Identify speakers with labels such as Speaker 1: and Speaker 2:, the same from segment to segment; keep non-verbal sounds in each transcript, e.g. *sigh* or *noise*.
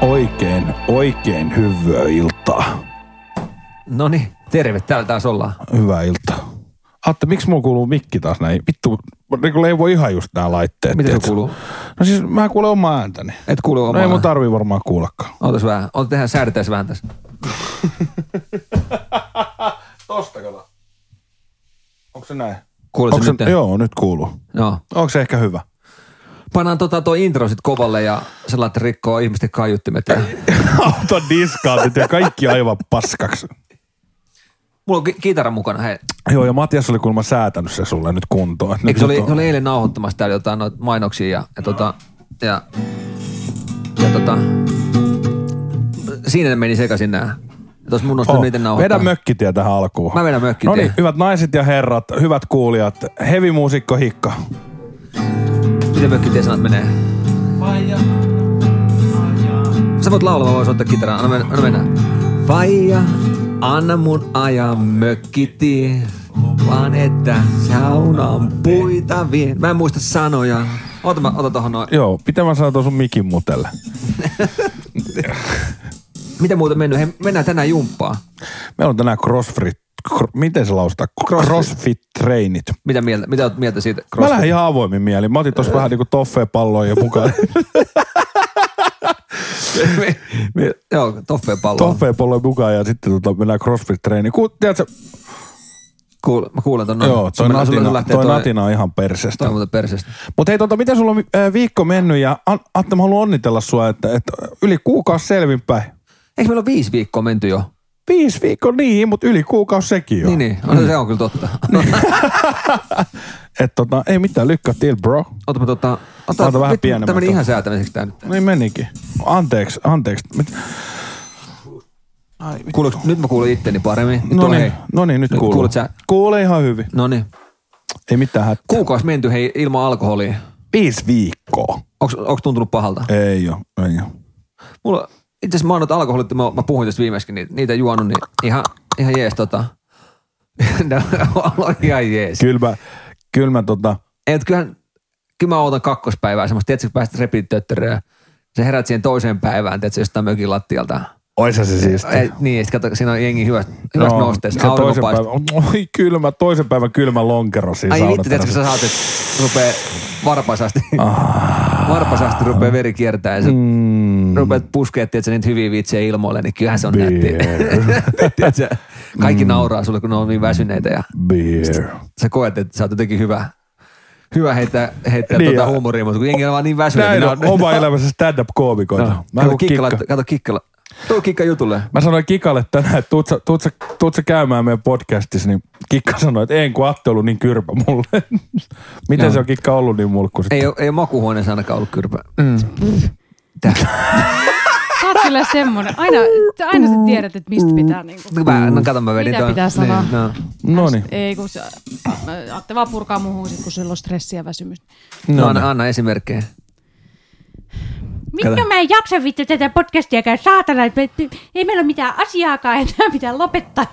Speaker 1: Oikein, oikein hyvää iltaa.
Speaker 2: No niin, terve, täällä taas ollaan.
Speaker 1: Hyvää iltaa. Aatte, miksi mulla kuuluu mikki taas näin? Vittu, niin kun leivoi ihan just nämä laitteet.
Speaker 2: Miten
Speaker 1: tiedätkö?
Speaker 2: se kuuluu?
Speaker 1: No siis mä kuulen omaa ääntäni.
Speaker 2: Et kuule
Speaker 1: No
Speaker 2: omaa.
Speaker 1: ei mun tarvii varmaan kuullakaan.
Speaker 2: Ootas vähän, oot tehdään, säädetään vähän tässä.
Speaker 1: Tosta kato. Onko se näin?
Speaker 2: Kuuletko
Speaker 1: Onko
Speaker 2: se
Speaker 1: se,
Speaker 2: nyt?
Speaker 1: joo, nyt kuuluu.
Speaker 2: Joo.
Speaker 1: Onko se ehkä hyvä? *laughs*
Speaker 2: Pannaan tota toi intro sit kovalle ja sä laitat rikkoa ihmisten kaiuttimet. Ja...
Speaker 1: Auto diskaatit ja kaikki aivan paskaksi.
Speaker 2: Mulla on ki- kitara mukana, hei.
Speaker 1: Joo, ja Matias oli kuulemma säätänyt se sulle nyt kuntoon. Nyt
Speaker 2: Eikö se oli,
Speaker 1: No nyt on-
Speaker 2: se oli eilen nauhoittamassa täällä jotain noita mainoksia ja, ja tota, ja, ja tota, siinä ne meni sekaisin nää. Ja Tos mun on oh, niitä nauhoittaa.
Speaker 1: Vedä mökkitie tähän alkuun.
Speaker 2: Mä vedän mökkitie.
Speaker 1: No niin, hyvät naiset ja herrat, hyvät kuulijat, hevimuusikko Hikka.
Speaker 2: Miten mökkitie sanat menee? Sä voit laulaa, mä voin soittaa kitaraa. Anna mennä. Anna mennä. Faija, anna mun ajaa mökkitie, vaan että saunan puita vien. Mä en muista sanoja. Ota mä, ota tohon noin.
Speaker 1: Joo, miten mä sanon tuon sun mikin mutelle?
Speaker 2: Mitä muuta mennyt? Hei, mennään tänään jumppaan.
Speaker 1: Meillä on tänään crossfit, kro, miten se lausutaan? Crossfit, treenit.
Speaker 2: Mitä mieltä, mitä oot mieltä siitä?
Speaker 1: Mä lähden ihan avoimin mielin. Mä otin
Speaker 2: *laughs*
Speaker 1: tossa vähän niinku toffeepalloja mukaan.
Speaker 2: Me- *laughs* Joo, toffeen pallo.
Speaker 1: toffeepalloja mukaan ja sitten tota, mennään crossfit treeniin. Ku, tiedätkö,
Speaker 2: Kuul, mä kuulen ton noin.
Speaker 1: joo, toi,
Speaker 2: Sulla- sulla- sulla
Speaker 1: natina,
Speaker 2: lähtee
Speaker 1: toi, natina on ihan persestä.
Speaker 2: Toi muuten persestä.
Speaker 1: Mutta hei, tota, miten sulla on äh, viikko mennyt ja An- Atte, mä haluan onnitella sua, että, että yli kuukausi selvinpäin.
Speaker 2: Eikö meillä ole viisi viikkoa menty jo?
Speaker 1: Viisi viikkoa niin, mutta yli kuukausi sekin jo.
Speaker 2: Niin, niin. No, se on kyllä totta.
Speaker 1: *laughs* Et tota, ei mitään, lykkä till bro.
Speaker 2: Otapa tota...
Speaker 1: Ota vähän
Speaker 2: nyt-
Speaker 1: pienemmän
Speaker 2: Tämä meni
Speaker 1: tota.
Speaker 2: ihan säätämiseksi tää nyt.
Speaker 1: Niin menikin. Anteeksi, anteeksi. Mit-
Speaker 2: Kuuluuks, nyt mä kuulin itteni paremmin. Nyt
Speaker 1: No
Speaker 2: on
Speaker 1: niin,
Speaker 2: hei.
Speaker 1: no niin, nyt
Speaker 2: Nyt
Speaker 1: kuuluu.
Speaker 2: kuulet sä-
Speaker 1: Kuulee ihan hyvin.
Speaker 2: No niin.
Speaker 1: Ei mitään hätää.
Speaker 2: Kuukausi menty hei ilman alkoholia.
Speaker 1: Viisi viikkoa.
Speaker 2: Onks, onks tuntunut pahalta?
Speaker 1: Ei oo, ei oo.
Speaker 2: Mulla, itse asiassa mä oon noita alkoholit, mä, mä puhuin tästä viimeiskin, niin, niitä juonut, niin ihan, ihan jees tota. *laughs* ne on ihan jees.
Speaker 1: Kyllä mä, kyllä mä tota,
Speaker 2: Et kyllähän, kyllä mä ootan kakkospäivää semmoista, tiedätkö, kun päästä repit töttöröä. Sä herät siihen toiseen päivään, tiedätkö, jostain mökin lattialta.
Speaker 1: oisa se siis.
Speaker 2: Ei, niin, ja sit kato, siinä on jengi hyvä, hyvästä no, nosteesta,
Speaker 1: toisen
Speaker 2: aurinko
Speaker 1: päivän,
Speaker 2: paistaa.
Speaker 1: oi kylmä, toisen päivän kylmä lonkero siinä
Speaker 2: Ai vittu, tiedätkö,
Speaker 1: saunaterassa.
Speaker 2: sä saat, että rupee varpasasti, varpasasti rupee veri kiertää ja sä
Speaker 1: Mm,
Speaker 2: rupeat puskee, tiedätkö, niitä hyviä vitsejä ilmoille, niin kyllähän se on nätti.
Speaker 1: Beer.
Speaker 2: *laughs* Tiedätkö, kaikki
Speaker 1: Mm.
Speaker 2: nauraa sulle, kun ne on niin väsyneitä ja
Speaker 1: beer.
Speaker 2: sä koet, että sä oot jotenkin hyvä, hyvä heittää, heittää
Speaker 1: Niin,
Speaker 2: niin tuota
Speaker 1: ja-
Speaker 2: huumoria, mutta kun jengi on vaan niin väsyneitä.
Speaker 1: Näin
Speaker 2: ne
Speaker 1: on oma elämässä stand-up-koomikoita.
Speaker 2: No,
Speaker 1: Mä
Speaker 2: *laughs* kato
Speaker 1: en
Speaker 2: kikka,
Speaker 1: kikka.
Speaker 2: laittaa- kato kikka, tuu kikka jutulle.
Speaker 1: Mä sanoin Kikalle tänään, että tuut sä, tuut, sä, tuut sä käymään meidän podcastissa, niin Kikka sanoi, että en kun Atte ollut niin kyrpä mulle. *laughs* Miten
Speaker 2: Joo.
Speaker 1: se on Kikka ollut niin mulkku sitten?
Speaker 2: Ei, oo- ei ole makuuhuoneessa ainakaan ollut kyrpä. Mm.
Speaker 3: *laughs* Sä oot kyllä semmonen. Aina, aina sä tiedät, että mistä pitää niinku.
Speaker 2: Mä, no kato, mä vedin
Speaker 3: Mitä
Speaker 2: tuon-
Speaker 3: pitää sanoa?
Speaker 2: Niin, no.
Speaker 1: No niin.
Speaker 3: Ei, kun sä, mä- Atte vaan purkaa mun huusit, kun sillä on stressiä ja väsymys.
Speaker 2: No, anna, anna esimerkkejä.
Speaker 3: Minkä
Speaker 2: Kato.
Speaker 3: mä en jaksa vittu tätä podcastiakaan saatana, että ei meillä ole mitään asiaakaan, enää pitää lopettaa.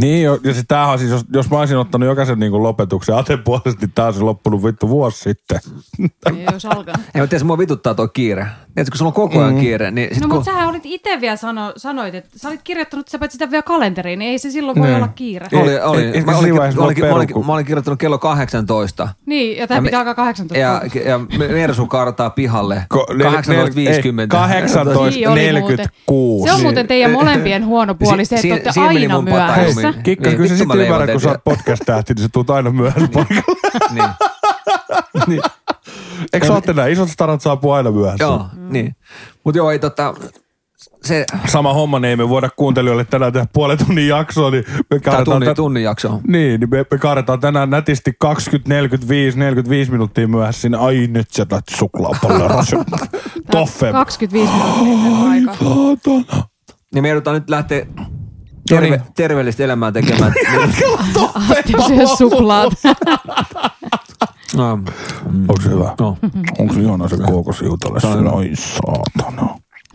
Speaker 1: Niin, jo, ja siis tämähän on siis, jos, jos mä olisin ottanut jokaisen niin kuin lopetuksen Aten puolesta, niin tää olisi loppunut vittu vuosi *laughs* sitten.
Speaker 3: ei jos alkanut.
Speaker 2: Ei, mutta tiedätkö, mua vituttaa tuo kiire. Tiedätkö, kun sulla on koko
Speaker 1: Mm.
Speaker 2: ajan kiire, niin sit
Speaker 3: No
Speaker 2: kun...
Speaker 3: mutta sähän olit itse vielä sano, sanoit, että sä olit kirjoittanut, sä sitä vielä kalenteriin, niin ei se silloin voi
Speaker 1: Niin.
Speaker 3: olla kiire.
Speaker 1: Ei-
Speaker 2: Oli, oli.
Speaker 1: ei- ei-
Speaker 2: mä,
Speaker 1: siinä
Speaker 2: olin,
Speaker 1: vaiheessa
Speaker 2: mä, olin,
Speaker 1: voi
Speaker 2: mä,
Speaker 1: peru,
Speaker 2: olin,
Speaker 1: kun-
Speaker 2: mä olin kirjoittanut kello 18.
Speaker 3: Niin, ja tämä
Speaker 2: me-
Speaker 3: pitää alkaa 18.
Speaker 2: Ja,
Speaker 3: päivä.
Speaker 2: ja Mersu kartaa pihalle
Speaker 1: Ko- nel- nel- ei, 18.
Speaker 3: *laughs* Niin oli muuten.
Speaker 1: 46.
Speaker 3: Se on muuten teidän molempien huono puoli, se,
Speaker 2: Si-
Speaker 3: että
Speaker 2: si-
Speaker 3: olette
Speaker 2: siinä meni
Speaker 3: aina
Speaker 2: mun patahumi.
Speaker 3: myöhässä.
Speaker 2: Hei.
Speaker 1: Kikka,
Speaker 2: Niin,
Speaker 1: kyllä sä
Speaker 2: vittu mä
Speaker 1: sitten
Speaker 2: leivon
Speaker 1: ymmärrät, kun
Speaker 2: teitä.
Speaker 1: sä oot podcast-tähti, niin sä tuut aina myöhässä paikalle.
Speaker 2: niin. *laughs* niin.
Speaker 1: Eikö sä ootte näin? Isot starat saapuu aina myöhässä.
Speaker 2: Joo, niin. Mutta joo, ei tota... Se,
Speaker 1: Sama homma, niin ei me voida kuuntelijoille tänään tehdä puolen tunnin jaksoa, niin me
Speaker 2: tää
Speaker 1: kaadetaan,
Speaker 2: tunnin,
Speaker 1: tän-
Speaker 2: tunnin jakso.
Speaker 1: Niin, niin me, me kaadetaan tänään nätisti 20, 45, 45 minuuttia myöhässä sinne. Ai nyt sä lait suklaapalloa rasun.
Speaker 3: *laughs* Tää on
Speaker 1: Toffe.
Speaker 3: 25
Speaker 2: Oh,
Speaker 3: minuuttia
Speaker 2: niin
Speaker 3: aikaa.
Speaker 1: Saatana.
Speaker 2: Ja Niin me joudutaan nyt lähteä terve,
Speaker 1: No niin.
Speaker 2: terveellistä elämää tekemään.
Speaker 3: *laughs* Syö suklaat.
Speaker 4: *laughs*
Speaker 2: no,
Speaker 1: Onko se hyvä?
Speaker 2: no.
Speaker 1: Onko se ihana se kookosjuutale? Ai saatana.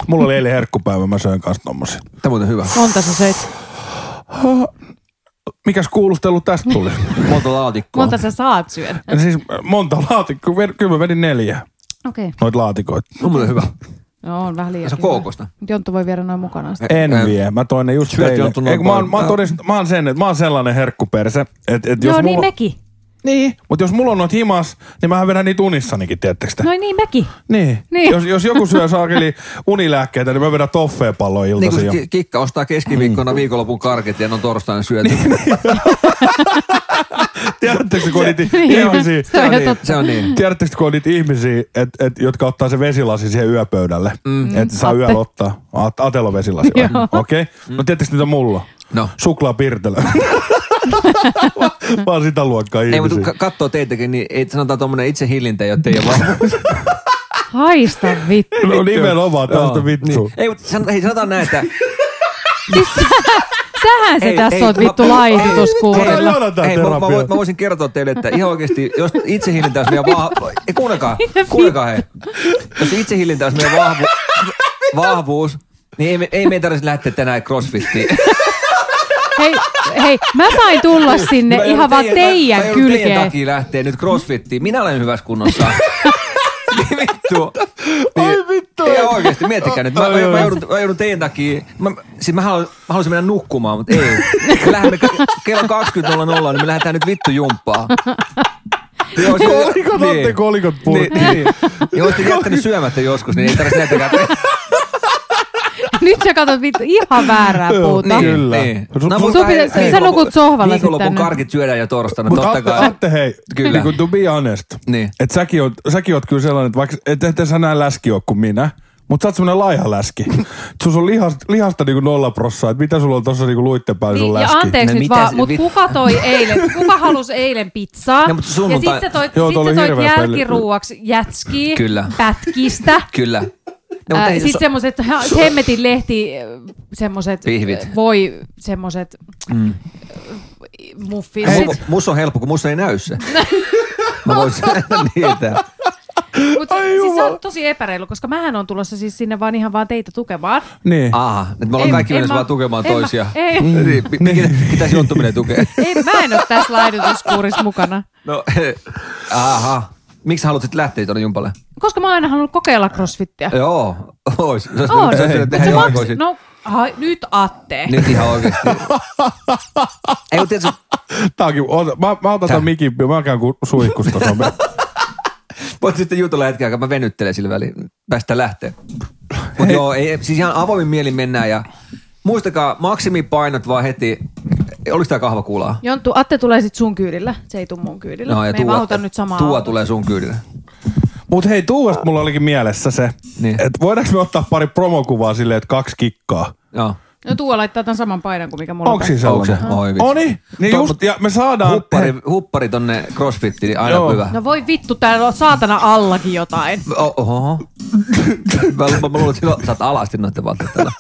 Speaker 1: Mulla oli eilen herkkupäivä, mä söin kanssa tommosia.
Speaker 2: Tämä on muuten hyvä.
Speaker 3: Monta sä söit?
Speaker 1: Mikäs kuulustelu tästä
Speaker 3: *laughs*
Speaker 1: tuli?
Speaker 2: Monta laatikkoa.
Speaker 3: Monta sä saat syödä?
Speaker 1: siis monta laatikkoa, Ved- kyllä mä vedin neljä
Speaker 3: Okei.
Speaker 1: noita laatikoita.
Speaker 2: On muuten hyvä.
Speaker 4: No on vähän liian.
Speaker 2: Se on kookosta.
Speaker 4: Jonttu voi viedä noin mukanaan. sitten.
Speaker 1: En
Speaker 2: Ää,
Speaker 1: vie. Mä toin ne just
Speaker 2: syöt jonkun
Speaker 1: teille. Eikö, mä, oon, mä, oon
Speaker 2: noin-
Speaker 1: todist, mä oon sen, että mä oon sellainen herkkuperse. Et, et jos
Speaker 3: Joo, niin
Speaker 1: mulla,
Speaker 3: mekin.
Speaker 1: Niin, mutta jos mulla on noit himas, niin mä vedän niitä unissanikin, tiettekö te?
Speaker 3: No niin mekin.
Speaker 1: Niin.
Speaker 3: Niin.
Speaker 1: Jos, jos joku syö saakeli unilääkkeitä, niin mä vedän toffeen palloa
Speaker 2: Niin
Speaker 1: iltaisin
Speaker 2: kuin
Speaker 1: Tota jo. Mm.
Speaker 2: ki- kikka ostaa keskiviikkona viikonlopun karkit ja ne on torstaina syöty.
Speaker 1: Niin, no Tiedättekö te, kun on niitä ihmisiä,
Speaker 4: Se on ihan
Speaker 2: niin,
Speaker 4: totta.
Speaker 2: se on niin.
Speaker 1: tiedättekö, te, kun on niitä ihmisiä et, et, jotka ottaa sen vesilasin siihen yöpöydälle, mm. että saa
Speaker 4: Atte.
Speaker 1: yöllä ottaa. A- Atelo vesilasi. vai?
Speaker 4: Joo.
Speaker 1: Okei. Okay. No tiedättekö mitä mulla?
Speaker 2: No.
Speaker 1: Suklaapirtelö.
Speaker 2: *laughs*
Speaker 1: mä oon sitä luokkaa
Speaker 2: Ei,
Speaker 1: ihmisiä.
Speaker 2: mutta kun katsoo teitäkin, niin ei sanotaan tuommoinen itse hillintä, jotta ei ole
Speaker 1: *laughs*
Speaker 2: vaan...
Speaker 4: Haista vittu.
Speaker 1: No nimenomaan tästä
Speaker 2: Joo,
Speaker 1: vittu.
Speaker 2: Niin. Ei, mutta sanotaan, hei, sanotaan näin, että...
Speaker 4: Siis sä, sähän se
Speaker 2: Ei,
Speaker 4: tässä
Speaker 2: ei,
Speaker 4: oot
Speaker 2: mä-
Speaker 4: vittu
Speaker 1: Ei,
Speaker 4: laihdutuskuurilla.
Speaker 1: joo. Joona tää
Speaker 2: Hei, mä, mä,
Speaker 1: terapia.
Speaker 2: voin- mä, voisin kertoa teille, että ihan oikeasti, jos itsehillintä olisi meidän vahvuus... Ei,
Speaker 4: *laughs*
Speaker 2: kuunnelkaa,
Speaker 4: vittu?
Speaker 2: kuunnelkaa hei. Jos itsehillintä olisi meidän vahvu... vahvuus, niin ei, me, ei meidän tarvitsisi lähteä tänään crossfittiin.
Speaker 4: Hei, hei, mä sain tulla sinne
Speaker 2: Mä
Speaker 4: ihan
Speaker 2: joudun
Speaker 4: vaan
Speaker 2: mä-
Speaker 4: teidän
Speaker 2: mä joudun Teidän
Speaker 4: kylkeen.
Speaker 2: takia lähtee nyt crossfittiin. Minä olen hyvässä kunnossa.
Speaker 4: *laughs*
Speaker 2: Niin vittu. Niin, Ai vittu. Ei oikeesti, miettikää nyt. Mä,
Speaker 1: Ai,
Speaker 2: mä,
Speaker 1: ai.
Speaker 2: mä, joudun, mä joudun teidän takia. Mä, siis mä, haluan, mä haluaisin mennä nukkumaan, mutta ei. Me lähdemme ke- kello 20.00, niin me lähdetään nyt vittu
Speaker 4: *laughs*
Speaker 2: jumppaa. Joo, siis-
Speaker 1: Kolikot, otte kolikot purkkiin.
Speaker 2: Niin, niin. Ja olisitte jättänyt syömättä joskus, niin ei tarvitse näitäkään.
Speaker 4: *laughs*
Speaker 2: tehdä.
Speaker 4: Nyt sä katsot vittu ihan väärää
Speaker 1: Joo,
Speaker 4: puuta.
Speaker 1: niin. Kyllä. Sun
Speaker 2: mut
Speaker 4: pitäisi-
Speaker 2: hei, hei,
Speaker 4: sä nukut
Speaker 2: viikonloppu-
Speaker 4: sohvalla
Speaker 2: Viikonlopun
Speaker 4: sitten.
Speaker 2: karkit syödään jo torstaina,
Speaker 1: Mutta
Speaker 2: totta
Speaker 1: Atte,
Speaker 2: kai.
Speaker 1: Atte, hei,
Speaker 2: Kyllä.
Speaker 1: Kyllä. Niin kuin to be honest,
Speaker 2: Niin.
Speaker 1: että säkin oot, säkin oot kyllä sellainen, että vaikka et, et sä näin läski oo kuin minä, mutta sä oot semmonen laiha
Speaker 2: *laughs*
Speaker 1: läski. Sun on lihasta, lihasta niinku nolla prossaa, että mitä sulla on tossa niinku luitten päällä sun
Speaker 4: Niin, ja
Speaker 1: läski.
Speaker 4: anteeksi
Speaker 2: No
Speaker 4: nyt
Speaker 2: mitä
Speaker 4: vaan,
Speaker 2: se-
Speaker 4: mutta
Speaker 2: vit-
Speaker 4: kuka toi *laughs* eilen, kuka halusi eilen pizzaa?
Speaker 2: No, mutta
Speaker 4: ja
Speaker 2: sunnuntai-
Speaker 4: sit sä toit,
Speaker 1: Joo,
Speaker 4: sit
Speaker 1: toi oli
Speaker 4: sä toit
Speaker 1: hirveä peli.
Speaker 4: jälkiruuaksi jätskiä,
Speaker 2: Kyllä.
Speaker 4: *laughs* pätkistä.
Speaker 2: Kyllä. No,
Speaker 4: No,
Speaker 2: mutta
Speaker 4: äh,
Speaker 2: ei-
Speaker 4: sitten semmoiset hemmetin lehti, semmoiset
Speaker 2: Pihvit.
Speaker 4: voi, semmoiset mm. muffit.
Speaker 2: Ei,
Speaker 4: Sit-
Speaker 2: mu- musta on helppo, kun musta ei näy se. Mä voisin niitä.
Speaker 4: Mutta siis se on tosi epäreilu, koska mähän on tulossa siis sinne vaan ihan vaan teitä tukemaan.
Speaker 1: Niin.
Speaker 2: Aha, nyt me ollaan
Speaker 4: En-
Speaker 2: kaikki
Speaker 4: en
Speaker 2: mennessä
Speaker 4: mä-
Speaker 2: vaan tukemaan
Speaker 4: en mä-
Speaker 2: toisia.
Speaker 4: ei.
Speaker 2: Niin, pi- mikä- Pitäisi juontuminen tukea.
Speaker 4: Ei, mä en ole tässä laihdutuskuurissa mukana.
Speaker 2: No, aha. Miksi haluat sitten lähteä tuonne jumpalle?
Speaker 4: Koska mä oon aina halunnut kokeilla crossfittiä.
Speaker 2: Joo, ois. Sä olisit
Speaker 4: On.
Speaker 2: sä olisit pitänyt
Speaker 4: Mut
Speaker 2: tehdä
Speaker 4: se
Speaker 2: jo
Speaker 4: maks...
Speaker 2: aikoisin.
Speaker 4: No, ai, nyt Atte.
Speaker 2: Nyt ihan oikeesti. Ei, mutta tiedätkö,
Speaker 1: Tää onkin, ota, mä, mä otan
Speaker 2: Tää.
Speaker 1: tän mikin, mä käyn kuin suihkus tuossa.
Speaker 2: *laughs* voit sitten jutella hetken aikaa, mä venyttelen sillä väliin. Päästä lähtee. Mutta joo, ei, siis ihan avoimin mielin mennään ja muistakaa maksimipainot vaan heti. Oliko tää kahvakulaa?
Speaker 4: Jonttu, Atte tulee sit sun kyydillä. Se ei tuu mun kyydillä.
Speaker 2: No, ja
Speaker 4: Me ei
Speaker 2: Tuua,
Speaker 4: vahuta nyt samaa.
Speaker 2: Tuua tulee sun kyydille.
Speaker 1: Mut hei, Tuuvasta mulla olikin mielessä se,
Speaker 2: Niin.
Speaker 1: että voidaanko me ottaa pari promokuvaa silleen, että kaksi kikkaa.
Speaker 2: Joo.
Speaker 4: No Tuua laittaa tämän saman painan kuin mikä mulla
Speaker 1: Onks siis
Speaker 2: Onko se?
Speaker 1: sellainen?
Speaker 2: Oi vitsi.
Speaker 1: Oni, niin
Speaker 2: Tuo-
Speaker 1: just, ja me saadaan...
Speaker 2: Huppari, huppari tonne crossfittiin, niin aina
Speaker 1: Joo.
Speaker 2: hyvä.
Speaker 4: No voi vittu, täällä on saatana allakin jotain.
Speaker 2: O-
Speaker 4: *laughs*
Speaker 2: Oho. mä, lu- mä luulen, että silloin sä oot alasti noiden vaatteet tällä.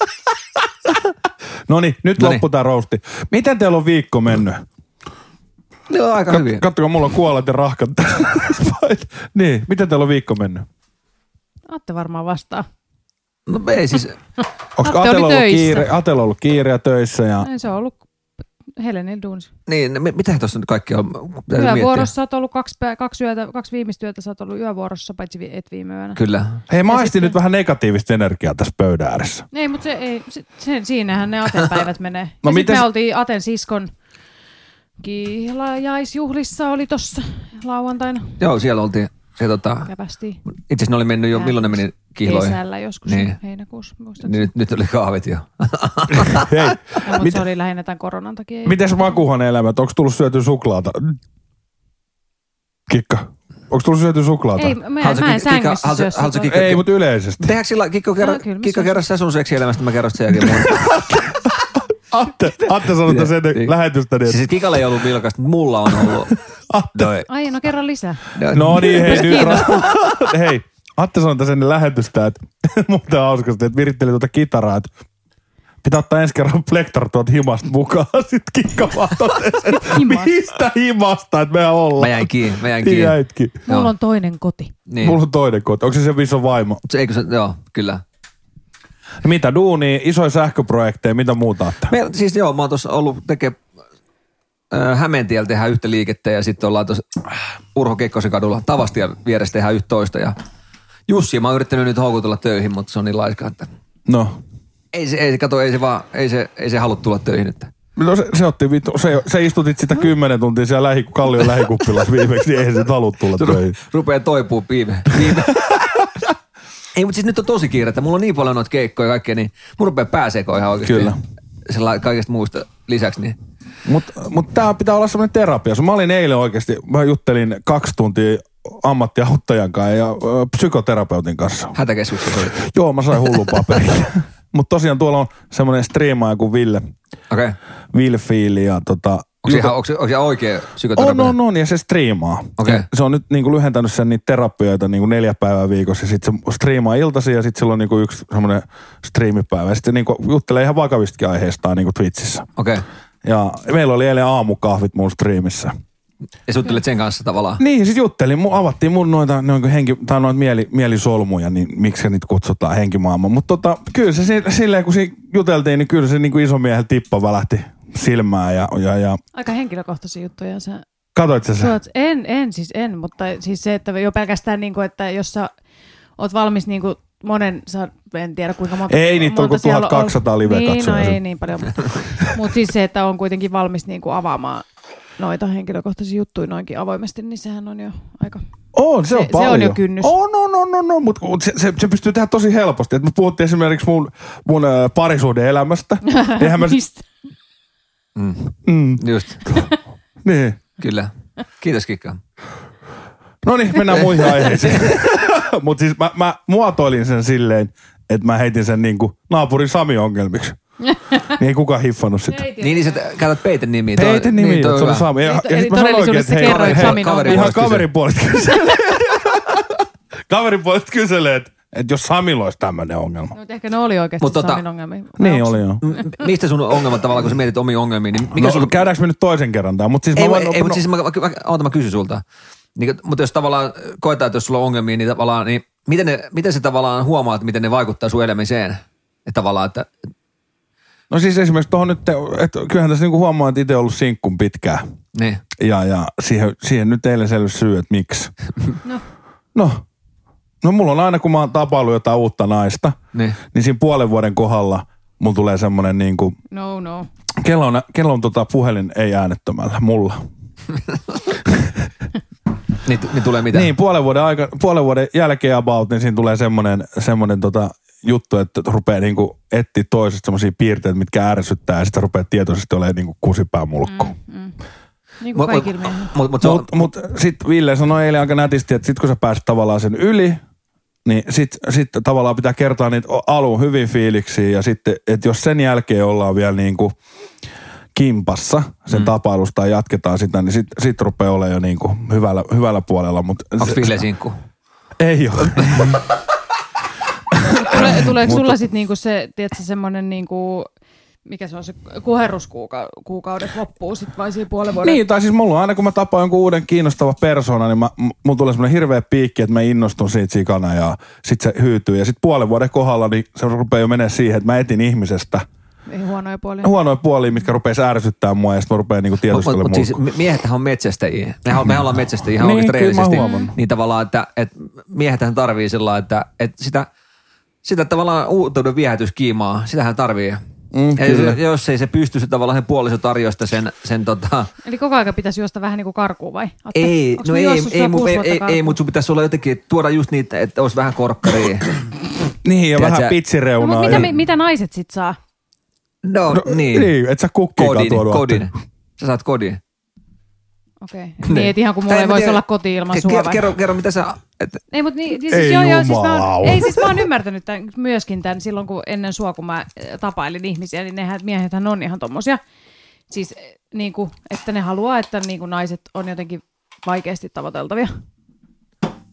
Speaker 1: No niin, nyt
Speaker 2: Noniin.
Speaker 1: loppu tää rousti. Miten teillä on viikko mennyt?
Speaker 2: *laughs* Joo, aika
Speaker 1: Kat,
Speaker 2: hyvin.
Speaker 1: kattokaa, mulla on kuolet ja rahkat. *laughs* niin, miten teillä on viikko mennyt?
Speaker 4: Atte varmaan vastaa.
Speaker 2: No ei siis,
Speaker 1: Onko
Speaker 4: Atte oli
Speaker 1: Atella ollut,
Speaker 4: töissä.
Speaker 1: kiire, Atella ollut kiire ja töissä?
Speaker 2: No.
Speaker 1: Ja...
Speaker 4: Ei se on ollut Helenin duunissa.
Speaker 2: niin, no mi- mitä tuossa nyt kaikki on? Täytyy miettiä.
Speaker 4: Yövuorossa oot ollut kaksi, pä- kaksi, yötä, kaksi viimeistä yötä, sä oot ollut yövuorossa, paitsi vi- et viime yönä.
Speaker 2: Kyllä.
Speaker 1: Hei, mä
Speaker 4: Ja
Speaker 1: aistin
Speaker 4: sitten-
Speaker 1: nyt vähän negatiivista energiaa tässä pöydän ääressä.
Speaker 4: *laughs* Ei, mutta se, ei, se, se, siinähän ne
Speaker 2: *laughs*
Speaker 4: Aten päivät menee.
Speaker 1: No
Speaker 4: No, ja sit
Speaker 1: miten
Speaker 4: me
Speaker 1: se-
Speaker 4: oltiin Aten siskon kihlajaisjuhlissa oli tossa lauantaina.
Speaker 2: Joo, siellä oltiin. Se, tota,
Speaker 4: Käpästiin
Speaker 2: itse asiassa ne oli mennyt jo, milloin ne meni kihloihin.
Speaker 4: kesällä joskus
Speaker 2: Niin.
Speaker 4: niin. heinäkuussa muistaakseni.
Speaker 2: Niin nyt, nyt oli kahvit jo.
Speaker 1: Hei,
Speaker 4: No, mutta se
Speaker 1: mitä,
Speaker 4: oli lähinnä tämän koronan takia. Ei.
Speaker 1: mites makuhan elämät? Onko tullut syöty suklaata? Kikka, onko tullut syöty suklaata?
Speaker 4: Ei, mä,
Speaker 2: Haluatko
Speaker 4: mä en
Speaker 2: kikka-
Speaker 4: sängyssä
Speaker 2: haluatko-
Speaker 4: syö sitä.
Speaker 2: haluatko kikka-
Speaker 1: Ei, mutta yleisesti.
Speaker 2: Tehdäänkö sillä Kikko, kerro,
Speaker 4: No, kyllä mä
Speaker 2: Kikko
Speaker 4: saan.
Speaker 2: kerro sä sun seksielämästä, mä kerron sen jälkeen. *laughs* mun.
Speaker 1: Atte, Atte sanoi tässä ennen
Speaker 2: Niin.
Speaker 1: lähetystä, niin
Speaker 2: Siis
Speaker 1: että...
Speaker 2: et Kikalla ei ollut vilkasta, mutta mulla on *laughs* ollut.
Speaker 1: Atte.
Speaker 2: Noi.
Speaker 4: Ai, no kerran lisää.
Speaker 1: No niin, hei nyt. ra- hei, Atte sanoi tässä ennen lähetystä, että *laughs* muuten hauskasti, että viritteli tuota kitaraa, että pitää ottaa ensi kerran plektar tuot himasta mukaan. *laughs* Sitten kikka vaan totesi, että
Speaker 4: Himasta.
Speaker 1: mistä himasta, että mehän
Speaker 2: Mä
Speaker 1: ollaan.
Speaker 2: jäin kiinni, mä jäin
Speaker 1: Niin
Speaker 2: kiinni.
Speaker 1: jäitkin.
Speaker 4: Mulla
Speaker 2: Joo.
Speaker 4: on toinen koti.
Speaker 2: Niin.
Speaker 1: Mulla on toinen koti. Onko se se viso vaimo?
Speaker 2: Se- Eikö se, joo, kyllä.
Speaker 1: Mitä duunia, isoja sähköprojekteja, mitä muuta Atte?
Speaker 2: Meillä, siis joo, mä oon tuossa ollut teke äh, Hämeentiellä tehdään yhtä äh, liikettä ja sitten ollaan tuossa Urho Kekkosen kadulla Tavastia vieressä tehdään yhtä toista ja Jussi, mä oon yrittänyt nyt houkutella töihin, mutta se on niin laiska, että
Speaker 1: No.
Speaker 2: ei se, ei se, kato, ei se vaan, ei se, ei se halua tulla töihin nyt.
Speaker 1: No se, se otti vittu, se, se istutit sitä kymmenen tuntia siellä lähi, kallion lähikuppilassa viimeksi, niin eihän se halut tulla
Speaker 2: Se ru-
Speaker 1: töihin.
Speaker 2: rupeaa toipuu piime. piime. ei, mutta siis nyt on tosi kiirettä. Mulla on niin paljon noita keikkoja ja kaikkea, niin mun rupeaa pääseeko ihan oikeasti.
Speaker 1: Kyllä.
Speaker 2: Sillä kaikesta muusta lisäksi, niin
Speaker 1: Mutta mut tää pitää olla semmoinen terapia. Mä olin eilen oikeasti, mä juttelin kaksi tuntia ammattiauttajan kanssa ja ö, psykoterapeutin kanssa.
Speaker 2: hätäkeskuksessa oli.
Speaker 1: Joo, mä sain hullun paperin. Mutta tosiaan tuolla on semmoinen striimaaja kuin Ville,
Speaker 2: Okei. Okay.
Speaker 1: Vilfiili ja tota... Oh,
Speaker 2: Onko se ihan, onko, se- onko se ihan oikea
Speaker 1: on,
Speaker 2: psykoterapeutti?
Speaker 1: on, on, no, niin, ja se striimaa.
Speaker 2: Okei.
Speaker 1: Se on nyt niinku lyhentänyt sen niitä terapioita niinku neljä päivää viikossa, ja sitten se striimaa iltaisin, ja sitten sillä on niinku yksi semmoinen striimipäivä. Ja sitten niinku juttelee ihan vakavistakin aiheista niinku Twitchissä.
Speaker 2: Okei. Okay.
Speaker 1: Ja meillä oli eilen aamukahvit mun striimissä.
Speaker 2: Ja suttelet sen kanssa tavallaan.
Speaker 1: Niin, siis juttelin. Mun, avattiin mun noita, noin kuin henki, tai noita mieli, mielisolmuja, niin miksi niitä kutsutaan henkimaailma. Mutta tota, kyllä se si- silleen, kun siinä juteltiin, niin kyllä se niin kuin isomiehellä tippa välähti silmään ja, ja, ja
Speaker 4: Aika henkilökohtaisia juttuja. Sä,
Speaker 1: katoit sä sen?
Speaker 4: Tuot, en, en siis en, mutta siis se, että jo pelkästään niin kuin, että jos sä oot valmis niin kuin monen, sä, en tiedä kuinka monta.
Speaker 1: Ei niitä on
Speaker 4: monta
Speaker 1: kuin
Speaker 4: siellä on.
Speaker 1: 1200 live-katsojaa.
Speaker 4: Niin, no ei niin paljon,
Speaker 1: *laughs*
Speaker 4: mutta, mutta siis se, että on kuitenkin valmis niin kuin avaamaan noita henkilökohtaisia juttuja noinkin avoimesti, niin sehän on jo aika...
Speaker 1: On, se, on
Speaker 4: se- se on
Speaker 1: paljon.
Speaker 4: jo kynnys.
Speaker 1: On, on, on, on, on mutta se, se, se, pystyy tehdä tosi helposti. Et me puhuttiin esimerkiksi mun, mun äh, parisuuden
Speaker 4: *laughs*
Speaker 1: elämästä. Niin Eihän mä,
Speaker 4: Mistä?
Speaker 1: Mm.
Speaker 2: Just.
Speaker 1: niin.
Speaker 2: Kyllä. Kiitos Kikka.
Speaker 1: No niin, mennään muihin aiheisiin. *laughs* Mutta siis mä, mä muotoilin sen silleen, että mä heitin sen niinku naapurin Sami
Speaker 4: *laughs*
Speaker 1: ongelmiksi. niin ei kukaan hiffannut sitä.
Speaker 4: Ei tiedä.
Speaker 2: Niin, niin sä t- käytät peiten nimiä. Toi-
Speaker 1: Peiten nimi,
Speaker 2: niin,
Speaker 1: että
Speaker 2: toi
Speaker 1: se
Speaker 2: on
Speaker 1: oli
Speaker 2: hyvä.
Speaker 1: Sami. Ja,
Speaker 4: Eli-
Speaker 1: ja
Speaker 4: eli
Speaker 1: sit mä sanoinkin,
Speaker 4: todellisuudessa
Speaker 1: että hei,
Speaker 4: kerroit
Speaker 1: hei,
Speaker 4: Samin
Speaker 1: kaveri-
Speaker 4: ongelmista.
Speaker 1: ihan kaverin puolesta *laughs* kyselee. kaverin puolesta kyselee, että et jos Samilla olisi tämmöinen ongelma.
Speaker 4: No, mutta ehkä ne oli oikeasti
Speaker 2: Mut tota-
Speaker 4: Samin ongelmia.
Speaker 1: Niin oli joo.
Speaker 2: M- Mistä sun ongelmat tavallaan, kun sä mietit omia ongelmia, niin mikä
Speaker 1: No,
Speaker 2: sun...
Speaker 1: käydäänkö me nyt toisen kerran tää? Mut siis
Speaker 2: Ei,
Speaker 1: mä
Speaker 2: vaan,
Speaker 1: vaan-
Speaker 2: ei
Speaker 1: no-
Speaker 2: mutta siis mä, mä, mä, oota, mä kysyn sulta. Niin, mutta jos tavallaan koetaan, että jos sulla on ongelmia, niin tavallaan, niin miten, ne, miten se tavallaan huomaat, miten ne vaikuttaa sun elämiseen? Että tavallaan, että
Speaker 1: No siis esimerkiksi tuohon nyt, että kyllähän tässä niinku huomaa, että itse ollut sinkkun pitkään.
Speaker 2: niin.
Speaker 1: Ja, ja siihen, siihen nyt eilen selvisi syy, että miksi.
Speaker 4: No.
Speaker 1: No. No mulla on aina, kun mä oon tapaillut jotain uutta naista,
Speaker 2: Niin.
Speaker 1: niin siinä puolen vuoden kohdalla mulla tulee semmonen niin kuin,
Speaker 4: No, no.
Speaker 1: kello on, kello on tota puhelin ei äänettömällä, mulla.
Speaker 2: Niin, niin tulee mitä?
Speaker 1: Niin, puolen vuoden, aika, puolen vuoden jälkeen about, niin siinä tulee semmonen, semmonen tota juttu, että rupeaa niinku etsiä toisesta semmoisia piirteitä, mitkä ärsyttää, ja sitten rupeaa tietoisesti olemaan niinku kusipää mulkku. Mm.
Speaker 4: Niin kuin
Speaker 2: Mut- *clears throat*
Speaker 4: kaikilla miehillä.
Speaker 2: mut- mut- mut se on-
Speaker 1: Mutta mut, sitten Ville sanoi eilen aika nätisti, että sitten kun sä pääset tavallaan sen yli, niin sitten sit tavallaan pitää kertoa niitä o- alun hyvin fiiliksiä ja sitten, että jos sen jälkeen ollaan vielä niin kuin kimpassa sen mm. tapailusta ja jatketaan sitä, niin sitten sit rupeaa olemaan jo niin kuin hyvällä, hyvällä puolella. Mut
Speaker 2: Onko
Speaker 1: se-
Speaker 2: Ville sinkku?
Speaker 1: *laughs* Ei ole.
Speaker 4: Tule, tuleeko sulla sitten niinku se, tiedätkö, semmoinen niinku, mikä se on se kuherruskuukaudet loppuu sitten vai siinä puolen vuoden?
Speaker 1: Niin, tai siis mulla on aina kun mä tapaan jonkun uuden kiinnostava persoonan, niin mä, m- mulla tulee semmoinen hirveä piikki, että mä innostun siitä sikana ja sit se hyytyy. Ja sit puolen vuoden kohdalla niin se rupeaa jo menee siihen, että mä etin ihmisestä –
Speaker 4: Ei huonoja puolia.
Speaker 1: Mm. huonoja puolia, mitkä rupeaa ärsyttää mua ja sitten rupeaa niinku tiedostelemaan
Speaker 2: Mutta siis miehethän on metsästäjiä. Mehän, mehän ollaan metsästäjiä ihan
Speaker 1: Niin,
Speaker 2: oikeasti
Speaker 1: kyllä mä
Speaker 2: rehellisesti.
Speaker 1: huomannut.
Speaker 2: Niin tavallaan, että, että miehethän tarvii sillä lailla, että, että sitä, sitä tavallaan uutuuden viehätyskiimaa, sitähän tarvii.
Speaker 1: Mm,
Speaker 2: ja
Speaker 1: kyllä.
Speaker 2: jos, jos ei se pysty, se tavallaan sen puoliso tarjoaa sitä sen, sen tota,
Speaker 4: Eli koko aika pitäisi juosta vähän niinku karkuun vai? Atte,
Speaker 2: ei,
Speaker 4: onks
Speaker 2: no
Speaker 4: me
Speaker 2: ei,
Speaker 4: juossut
Speaker 2: ei,
Speaker 4: sua
Speaker 2: mu-
Speaker 4: kuusi
Speaker 2: ei,
Speaker 4: vuotta
Speaker 2: ei, ei,
Speaker 4: karkuun?
Speaker 2: mutta sun pitäisi olla jotenkin, tuoda just niitä, että olisi vähän korkkaria.
Speaker 1: Niin, ja
Speaker 2: Tiedät
Speaker 1: vähän
Speaker 2: sä-
Speaker 4: no,
Speaker 1: pitsireunaa.
Speaker 4: mutta mitä,
Speaker 1: ja-
Speaker 4: mi- mitä naiset sit saa?
Speaker 2: No,
Speaker 1: No,
Speaker 2: niin.
Speaker 1: niin, et sä kukkiikaan
Speaker 2: kodin,
Speaker 1: tuodu
Speaker 2: kodin. Sä saat kodin.
Speaker 4: Okei. Okay. Niin, et ihan kuin mulla
Speaker 2: Tai
Speaker 4: ei
Speaker 2: en mä
Speaker 4: voisi
Speaker 2: tiedä-
Speaker 4: olla koti ilman
Speaker 2: Ke-
Speaker 4: sua
Speaker 2: kerro,
Speaker 4: vai?
Speaker 2: kerro, kerro, mitä sä... Et,
Speaker 4: Ei, mutta niin, siis,
Speaker 1: Ei
Speaker 4: joo, joo, siis mä oon,
Speaker 1: jumalauta.
Speaker 4: ei, siis mä oon ymmärtänyt tämän, myöskin tämän silloin, kun ennen sua, kun mä eh, tapailin ihmisiä, niin nehän miehethän on ihan tommosia. Siis eh, niin kuin, että ne haluaa, että niin kuin naiset on jotenkin vaikeasti tavoiteltavia.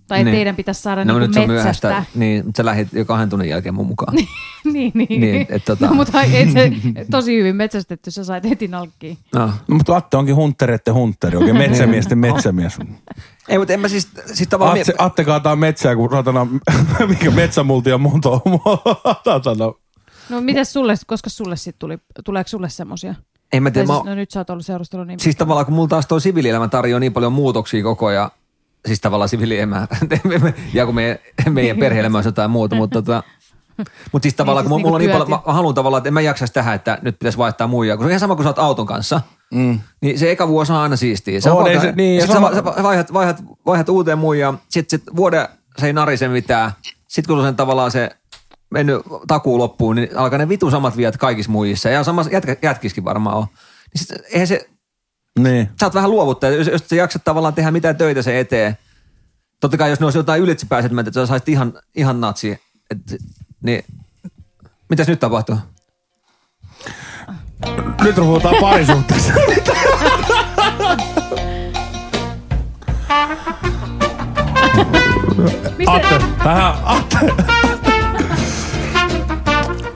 Speaker 4: Tai
Speaker 2: Niin.
Speaker 4: niin. teidän pitäisi saada
Speaker 2: no
Speaker 4: no, niin
Speaker 2: nyt se on
Speaker 4: kuin
Speaker 2: myöhäistä.
Speaker 4: metsästä. *laughs*
Speaker 2: Niin, mutta sä lähdit jo kahden tunnin jälkeen mun mukaan.
Speaker 4: niin, niin.
Speaker 2: Niin, et tota-
Speaker 4: no, mutta ai- ei se tosi hyvin metsästetty, sä sait heti nalkkiin.
Speaker 2: No.
Speaker 1: No, mutta Atte onkin huntereiden hunteri,
Speaker 2: Mm.
Speaker 1: oikein metsämiesten metsämies.
Speaker 2: Ei, mutta en mä siis, siis tavallaan...
Speaker 1: Atte,
Speaker 2: mie-
Speaker 1: Atte kaataa metsää, kun satana, *laughs* mikä metsämulti ja monta satana.
Speaker 4: No mitäs sulle, koska sulle sit tuli, tuleeko sulle semmosia?
Speaker 2: en mä
Speaker 4: Tai
Speaker 2: tiedä,
Speaker 4: no
Speaker 2: mä,
Speaker 4: siis, no nyt sä oot ollut seurustelu niin
Speaker 2: siis tavallaan kun mulla taas toi siviilielämä tarjoaa niin paljon muutoksia koko ajan, siis tavallaan *laughs* siviiliemä, ja kun me, meidän perhe-elämä on jotain muuta, mutta tota, mutta siis tavallaan,
Speaker 4: Niin
Speaker 2: niin siis
Speaker 4: siis
Speaker 2: kun mulla
Speaker 4: niinku
Speaker 2: on niin
Speaker 4: työt
Speaker 2: paljon, mä
Speaker 4: ja-
Speaker 2: haluan tavallaan, että en mä jaksaisi tähän, että nyt pitäisi vaihtaa muijaa, kun se on ihan sama kuin sä oot auton kanssa. Mm. Niin se eka vuosi on aina siistiä. Sä,
Speaker 1: On,
Speaker 2: valka-
Speaker 1: ei se- niin, ja
Speaker 2: sit sä,
Speaker 1: sama-
Speaker 2: va- sä va- vaihdat, vaihdat, vaihdat uuteen muijaan, sit, sit vuoden se ei narise mitään. Sitten kun se on tavallaan se mennyt takuu loppuun, niin alkaa ne vitu samat viat kaikissa muijissa. Ja samassa jätkä, jätkiskin varmaan on. Niin sit, eihän se,
Speaker 1: Niin.
Speaker 2: sä oot vähän luovuttaja, jos, jos sä jaksat tavallaan tehdä mitään töitä sen eteen. Totta kai jos ne olisi jotain ylitsepääsemättä, että sä saisit ihan, ihan natsi, et, niin mitäs nyt tapahtuu?
Speaker 1: Nyt ruhutaan parisuhteessa. Atte, tähän, Atte.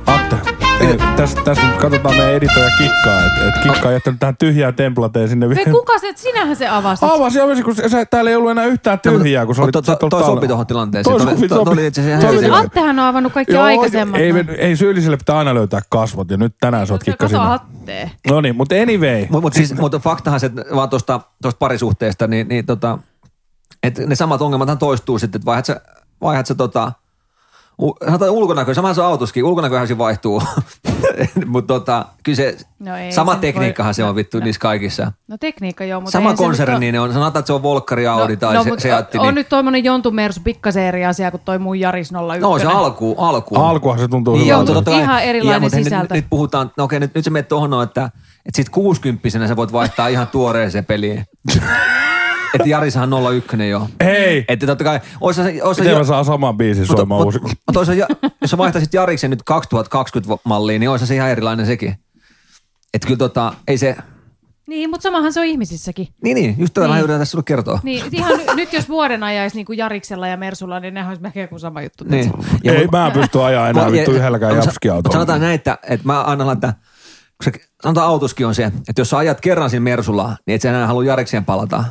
Speaker 1: Atte, ei, tässä täs nyt katsotaan meidän editoja kikkaa, että et kikka on jättänyt tähän tyhjään templateen sinne
Speaker 4: Me
Speaker 1: vielä.
Speaker 4: kuka se, sinähän se avasit.
Speaker 1: Avasin ovesi, kun sä, täällä ei ollut enää yhtään tyhjää, kun sä olit,
Speaker 2: No, Mutta
Speaker 1: sä
Speaker 2: to-
Speaker 1: olit
Speaker 2: toi
Speaker 1: täällä.
Speaker 2: sopi tohon tilanteeseen.
Speaker 1: Toi
Speaker 2: Toi-
Speaker 1: sopi,
Speaker 2: toi-
Speaker 1: sopi.
Speaker 2: toi oli itse asiassa
Speaker 1: Toi oli-
Speaker 2: ihan
Speaker 4: Siis
Speaker 2: hyvä.
Speaker 4: Attehan on avannut kaikki
Speaker 1: Joo,
Speaker 4: aikaisemmat.
Speaker 1: Ei,
Speaker 4: no.
Speaker 1: ei syylliselle pitää aina löytää kasvot, ja nyt tänään sä oot kikka
Speaker 4: Kato
Speaker 1: sinä.
Speaker 4: Attee.
Speaker 1: No niin, mutta anyway.
Speaker 2: Mutta mut siis, mut faktahan se, että vaan tuosta tosta parisuhteesta, niin, niin tota, et ne samat ongelmathan toistuu sitten, että vaihdat sä, vaihdat sä tota, u- sanotaan ulkonäkö, samahan se on autoskin, ulkonäköhän se vaihtuu, *laughs* mutta tota, kyllä se,
Speaker 4: No
Speaker 2: no
Speaker 4: ei,
Speaker 2: sama
Speaker 4: sen
Speaker 2: tekniikkahan
Speaker 4: voi-
Speaker 2: se on vittu
Speaker 4: no.
Speaker 2: niissä kaikissa.
Speaker 4: No tekniikka joo, mutta...
Speaker 2: Sama
Speaker 4: eihän se nyt
Speaker 2: konserni,
Speaker 4: oo- No,
Speaker 2: niin ne on, sanotaan, että se on Volkkari, Audi tai se,
Speaker 4: mut
Speaker 2: Seatti,
Speaker 4: On
Speaker 2: niin,
Speaker 4: nyt tommonen Jontu Mersu pikkasen eri asia kuin toi mun Jaris 01.
Speaker 2: no se alku, alku.
Speaker 1: Alkuhan se tuntuu
Speaker 4: Niin,
Speaker 2: Joo,
Speaker 1: hyvältä.
Speaker 4: mutta
Speaker 2: totta kai.
Speaker 4: ihan erilainen
Speaker 2: mutta hei,
Speaker 4: sisältö.
Speaker 2: Nyt, nyt puhutaan, no okei, nyt, nyt sä menet tuohon, noin, että, että sit 60 sä voit vaihtaa ihan tuoreeseen
Speaker 1: *laughs*
Speaker 2: peliin. että Jarisahan 01 jo.
Speaker 1: Hei!
Speaker 2: Että totta kai, oissa se, oissa
Speaker 1: Miten
Speaker 2: jo-
Speaker 1: mä saan saman biisin soimaan uusi?
Speaker 2: tota- mutta oissa jo- jos sä vaihtaisit Jariksen nyt 2020-malliin, niin oissa se ihan erilainen sekin. Että kyllä tota, ei se,
Speaker 4: Niin, mutta samahan se on ihmisissäkin.
Speaker 2: niin niin, just tätä
Speaker 4: Niin.
Speaker 2: niin. yritän tässä sulle kertoa.
Speaker 4: Niin, ihan ny- nyt jos vuoden ajaisi niin kuin Jariksella ja Mersulla, niin nehän olisi melkein kuin sama juttu.
Speaker 2: Niin. Ja
Speaker 1: Ei
Speaker 2: mut-
Speaker 1: mä en pysty ajaa enää
Speaker 2: Mut-
Speaker 1: vittu
Speaker 2: ja-
Speaker 1: yhdelläkään
Speaker 2: mut sa-
Speaker 1: japskiautolla.
Speaker 2: mut Sanotaan näin, että, että mä annan laittaa, kun se, sanotaan autoskin on se, että jos sä ajat kerran sinne Mersulaan, niin et sä enää halua Jarikseen palata.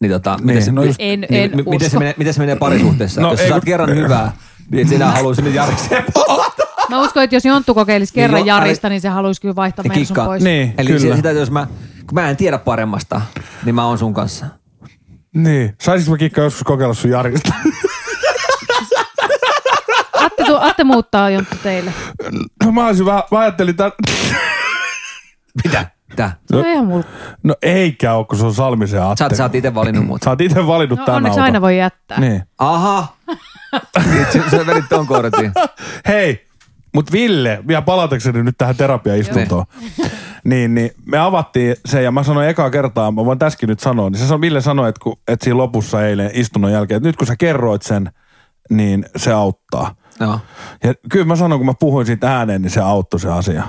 Speaker 2: Niin tota, miten,
Speaker 1: Niin,
Speaker 2: se,
Speaker 1: no just-
Speaker 4: En-
Speaker 2: niin,
Speaker 4: en
Speaker 2: mi- miten, se
Speaker 4: usko.
Speaker 2: menee, miten se menee parisuhteessa?
Speaker 1: No
Speaker 2: No, jos
Speaker 1: ei
Speaker 2: sä saat
Speaker 1: kun-
Speaker 2: kerran hyvää, niin et sä enää halua sinne Jarikseen
Speaker 4: *laughs*
Speaker 2: palata.
Speaker 4: Mä uskon, että jos Jonttu kokeilisi
Speaker 2: Niin,
Speaker 4: kerran
Speaker 2: jo-
Speaker 4: Jarista, niin se haluaisi kyllä vaihtaa
Speaker 2: Ja
Speaker 4: Mersun
Speaker 2: kikka.
Speaker 4: pois.
Speaker 1: Niin,
Speaker 2: Eli
Speaker 1: kyllä.
Speaker 2: se- sitä, jos mä, kun mä en tiedä paremmasta, niin mä oon sun kanssa.
Speaker 1: Niin. Saisinko mä kikka joskus kokeilla sun Jarista?
Speaker 4: Atte, tu- Atte muuttaa Jonttu teille.
Speaker 1: No *laughs* mä olisin vähän, mä ajattelin tän...
Speaker 2: Mitä? Tää.
Speaker 4: Se on ihan mulkku.
Speaker 1: No eikä oo, kun se on Salmisen Atte.
Speaker 2: Sä, oot- sä oot ite valinnut mut.
Speaker 1: Sä oot ite valinnut
Speaker 4: No
Speaker 1: tän
Speaker 4: onneksi
Speaker 1: auton.
Speaker 4: aina voi jättää.
Speaker 1: Niin.
Speaker 4: *laughs*
Speaker 2: Aha! Itse, sä vedit ton kortin.
Speaker 1: *laughs* Hei, mut Ville, vielä palatakseni nyt tähän terapiaistuntoon. niin, niin me avattiin se ja mä sanoin ekaa kertaa, mä voin tässäkin nyt sanoa, niin se sanoi, Ville sanoi, että, kun, että siinä lopussa eilen istunnon jälkeen, että nyt kun sä kerroit sen, niin se auttaa.
Speaker 2: No.
Speaker 1: Ja kyllä mä sanon, kun mä puhuin siitä ääneen, niin se auttoi se asia.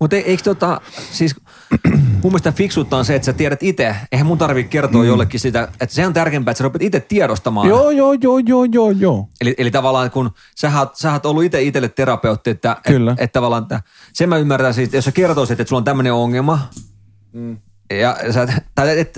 Speaker 2: Mutta eikö tota, siis *clears throat* mun mielestä fiksuutta on se, että sä tiedät itse. Eihän mun tarvitse kertoa mm. jollekin sitä, että se on tärkeämpää, että sä rupeat itse tiedostamaan.
Speaker 1: Joo, joo, joo, joo, joo, joo.
Speaker 2: Eli, eli tavallaan kun sä oot, sä oot ollut itse itselle terapeutti, että
Speaker 1: Kyllä.
Speaker 2: Et, et tavallaan, että sen mä ymmärrän siitä, että jos sä kertoisit, että sulla on tämmöinen ongelma, mm. ja sä, et- tai et,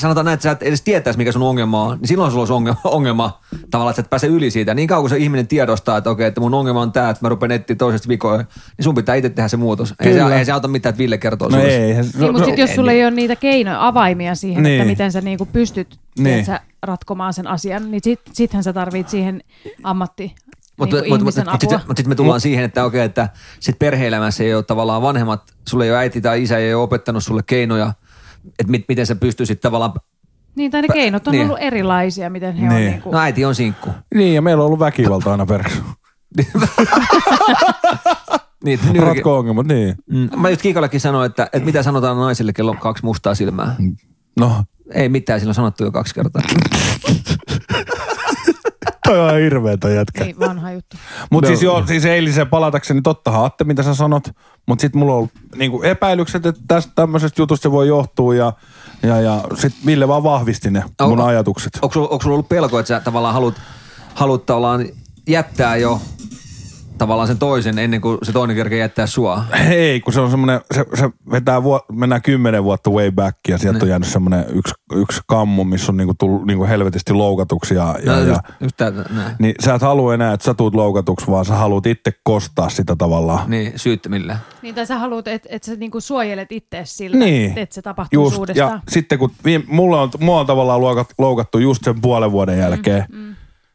Speaker 2: sanotaan näin, että sä et edes tietäisi, mikä sun ongelma on, niin silloin sulla olisi ongelma, *laughs* ongelma tavallaan, että sä et pääse yli siitä. Niin kauan kun se ihminen tiedostaa, että okei, että mun ongelma on tämä, että mä rupean etsiä toisesta vikoja, niin sun pitää itse tehdä se muutos. Ei se,
Speaker 1: Kyllä.
Speaker 2: ei se auta mitään, että Ville kertoo
Speaker 1: No
Speaker 2: sulle.
Speaker 1: ei, eihän se,
Speaker 4: Niin, mutta
Speaker 1: se-
Speaker 4: sitten jos sulla ei ole niitä keinoja, avaimia siihen, niin.
Speaker 1: Niin.
Speaker 4: että miten sä niinku pystyt
Speaker 1: Niin.
Speaker 4: niin. sä ratkomaan sen asian, niin sit, sittenhän sä tarvit siihen ammatti
Speaker 2: Mutta
Speaker 4: niinku
Speaker 2: mut, mut,
Speaker 4: ihmisen
Speaker 2: mut,
Speaker 4: apua.
Speaker 2: sitten mut sit me tullaan siihen, että okei, että sit perhe-elämässä ei ole tavallaan vanhemmat, sulle ei ole äiti tai isä, ei ole opettanut sulle keinoja, että mit, miten sä pystyisit tavallaan,
Speaker 4: Niin, tai ne keinot on
Speaker 2: Niin.
Speaker 4: ollut erilaisia, miten he on
Speaker 1: Niin.
Speaker 4: niinku...
Speaker 2: no äiti on sinkku. *laughs*
Speaker 1: Niin, ja meillä on ollut väkivalta aina perheessä.
Speaker 2: Niin, että nyrki-
Speaker 1: Ratko-ongelmat, niin.
Speaker 2: Mm, Mä just Kiikallekin sanoin, että, että mitä sanotaan naisille, kello on kaksi mustaa silmää.
Speaker 1: No,
Speaker 2: Ei mitään, silloin sanottu jo kaksi kertaa.
Speaker 1: toi on ihan hirveä toi jätkä.
Speaker 4: Niin, vanha juttu.
Speaker 1: Mutta
Speaker 2: No.
Speaker 1: siis joo, siis eiliseen palatakseni, tottahan Atte, mitä sä sanot, mutta sitten mulla on ollut niinku epäilykset, että tästä tämmöisestä jutusta se voi johtua ja, ja, ja sitten Ville vaan vahvisti ne mun
Speaker 2: Onko-
Speaker 1: ajatukset.
Speaker 2: Onko sulla, onko sulla ollut pelko, että sä tavallaan haluat, haluat tavallaan jättää jo tavallaan sen toisen ennen kuin se toinen kerkee jättää sua.
Speaker 1: Ei, kun se on semmoinen, se, se vetää, vuo, mennään kymmenen vuotta way back ja sieltä
Speaker 2: Niin.
Speaker 1: on jäänyt semmoinen yksi, yksi kammo, missä on niinku tullut niinku helvetisti loukatuksi ja, ja,
Speaker 2: No,
Speaker 1: ja
Speaker 2: just, just tätä, näin.
Speaker 1: niin sä et halua enää, että sä tuut loukatuksi, vaan sä haluat itse kostaa sitä tavallaan.
Speaker 2: Niin, syyttämillä.
Speaker 4: Niin, tai sä haluat, että et sä niinku suojelet itseäsi siltä,
Speaker 1: Niin.
Speaker 4: että et se tapahtuu
Speaker 1: Just,
Speaker 4: uudestaan.
Speaker 1: ja sitten kun viime, mulla on, mua on tavallaan luokat- loukattu just sen puolen vuoden jälkeen, mm, mm.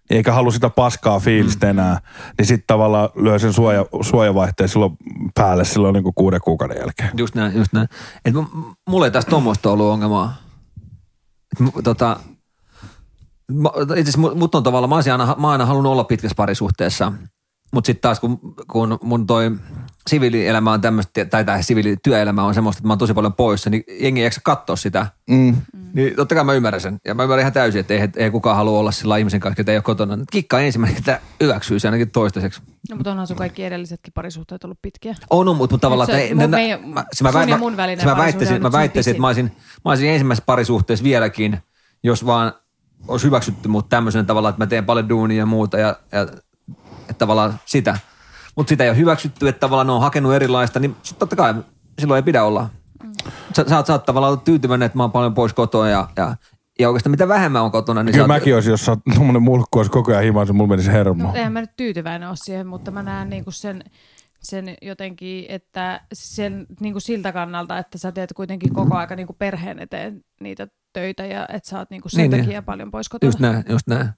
Speaker 1: eikä halua sitä paskaa fiilistä mm. enää, niin sitten tavallaan lyö sen suoja, suojavaihteen silloin päälle silloin niin kuin kuuden kuukauden jälkeen.
Speaker 2: Just näin, just näin. Et m- mulla ei tästä tuommoista ollut ongelmaa. Et m- tota, mä- itse asiassa mut- mut on tavallaan, mä, olisin aina, mä oon aina halunnut olla pitkässä parisuhteessa. Mutta sitten taas kun, kun mun toi siviilielämä on tämmöistä, tai tämä siviilityöelämä on semmoista, että mä oon tosi paljon poissa, niin jengi ei jaksa katsoa sitä.
Speaker 1: Mm.
Speaker 2: Niin totta kai mä ymmärrän sen. Ja mä ymmärrän ihan täysin, että ei, ei kukaan halua olla sillä ihmisen kanssa, ketä ei ole kotona. Kikka on ensimmäinen, että hyväksyy se ainakin toistaiseksi.
Speaker 4: No, mutta onhan sun kaikki edellisetkin parisuhteet ollut pitkiä.
Speaker 2: On, on, mutta mut tavallaan...
Speaker 4: Se-
Speaker 2: että ei-
Speaker 4: mun-
Speaker 2: nä-
Speaker 4: meidän-
Speaker 2: mä- se mä
Speaker 4: sun
Speaker 2: väit-
Speaker 4: ja
Speaker 2: mä-
Speaker 4: mun välinen
Speaker 2: se mä
Speaker 4: parisuhde on
Speaker 2: väittäisin,
Speaker 4: nyt
Speaker 2: mä
Speaker 4: sun
Speaker 2: väittäisin että
Speaker 4: pisin.
Speaker 2: mä olisin, mä olisin ensimmäisessä parisuhteessa vieläkin, jos vaan olisi hyväksytty mut tämmöisen tavalla, että mä teen paljon duunia ja muuta ja, ja että tavallaan sitä. Mutta sitä ei ole hyväksytty, että tavallaan ne on hakenut erilaista, niin sit totta kai silloin ei pidä olla. Sä, sä, oot, sä oot tavallaan ollut tyytyväinen, että mä oon paljon pois kotoa ja, ja, ja oikeastaan mitä vähemmän on kotona, niin
Speaker 1: Kyllä
Speaker 2: sä oot-
Speaker 1: mäkin olisin, jos sä oot tommonen mulkku, olisi koko ajan himaan, se mulla menisi hermo.
Speaker 4: No, eihän mä nyt tyytyväinen ole siihen, mutta mä näen niinku sen, sen jotenkin, että sen niinku siltä kannalta, että sä teet kuitenkin koko aika niinku perheen eteen niitä töitä ja että sä oot niinku sen
Speaker 2: Niin, niin.
Speaker 4: takia paljon pois kotona.
Speaker 2: Just näin, just näin.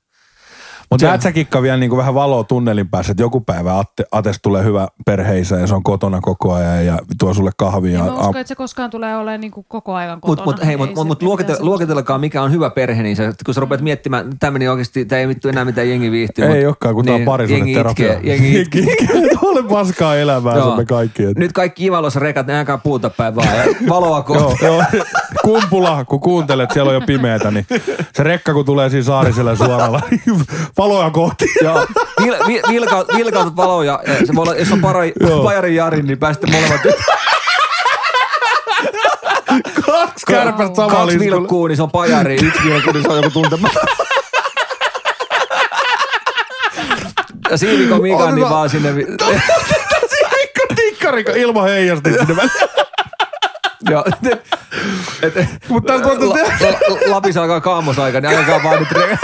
Speaker 1: Mutta
Speaker 2: Joo.
Speaker 1: näet sä Kikka vielä niin kuin vähän valoa tunnelin päässä, että joku päivä Atte, Ates tulee hyvä perheisä ja se on kotona koko ajan ja tuo sulle kahvia.
Speaker 4: En Niin mä
Speaker 1: aam-
Speaker 4: usko, että se koskaan tulee olemaan niinku koko ajan
Speaker 2: Mutta
Speaker 4: kotona.
Speaker 2: mut, hei, mut,
Speaker 4: Ei
Speaker 2: mut,
Speaker 4: se
Speaker 2: mut
Speaker 4: mitään
Speaker 2: luokite,
Speaker 4: se-
Speaker 2: luokitelkaa, mikä on hyvä perhe, niin sä, kun sä rupeat miettimään, tämä meni oikeasti, tämä ei vittu enää mitään jengi viihtyy.
Speaker 1: Ei
Speaker 2: mut-
Speaker 1: olekaan, kun niin, tämä on parisuhdeterapia. *laughs*
Speaker 2: Jengi itkee, jengi itkee.
Speaker 1: Ole paskaa elämää
Speaker 2: Joo.
Speaker 1: se me kaikki. et-
Speaker 2: Nyt kaikki ivalossa rekat, ne alkaa puuta
Speaker 1: *laughs*
Speaker 2: päin vaan ja valoa kohti.
Speaker 1: Joo, *laughs* joo. Kumpula, kun kuuntelet, siellä on jo pimeätä, niin se rekka kun tulee siinä saarisella suoralla, *laughs* niin valoja kohti.
Speaker 2: Joo. Vil, vil, vilka, vilkaut valoja. Ja se voi olla, jos on para,
Speaker 1: Joo.
Speaker 2: pajari Jari, niin pääsette molemmat
Speaker 1: Kaksi kärpästä samalla
Speaker 2: kaksi
Speaker 1: listulla.
Speaker 2: vilkkuu, niin se on pajari.
Speaker 1: *laughs*
Speaker 2: Yksi vilkkuu, niin se on joku tuntematon. Ja Siivikon Mika, niin vaan sinne. vi-
Speaker 1: *laughs* Tikka, tikkarika, ilman heijasti sinne väliin.
Speaker 2: Joo. *laughs* Et, et,
Speaker 1: Mutta tästä voitaisiin tehdä
Speaker 2: La- la- Lapissa alkaa kaamosaika, niin ainakaan vaan nyt... Re-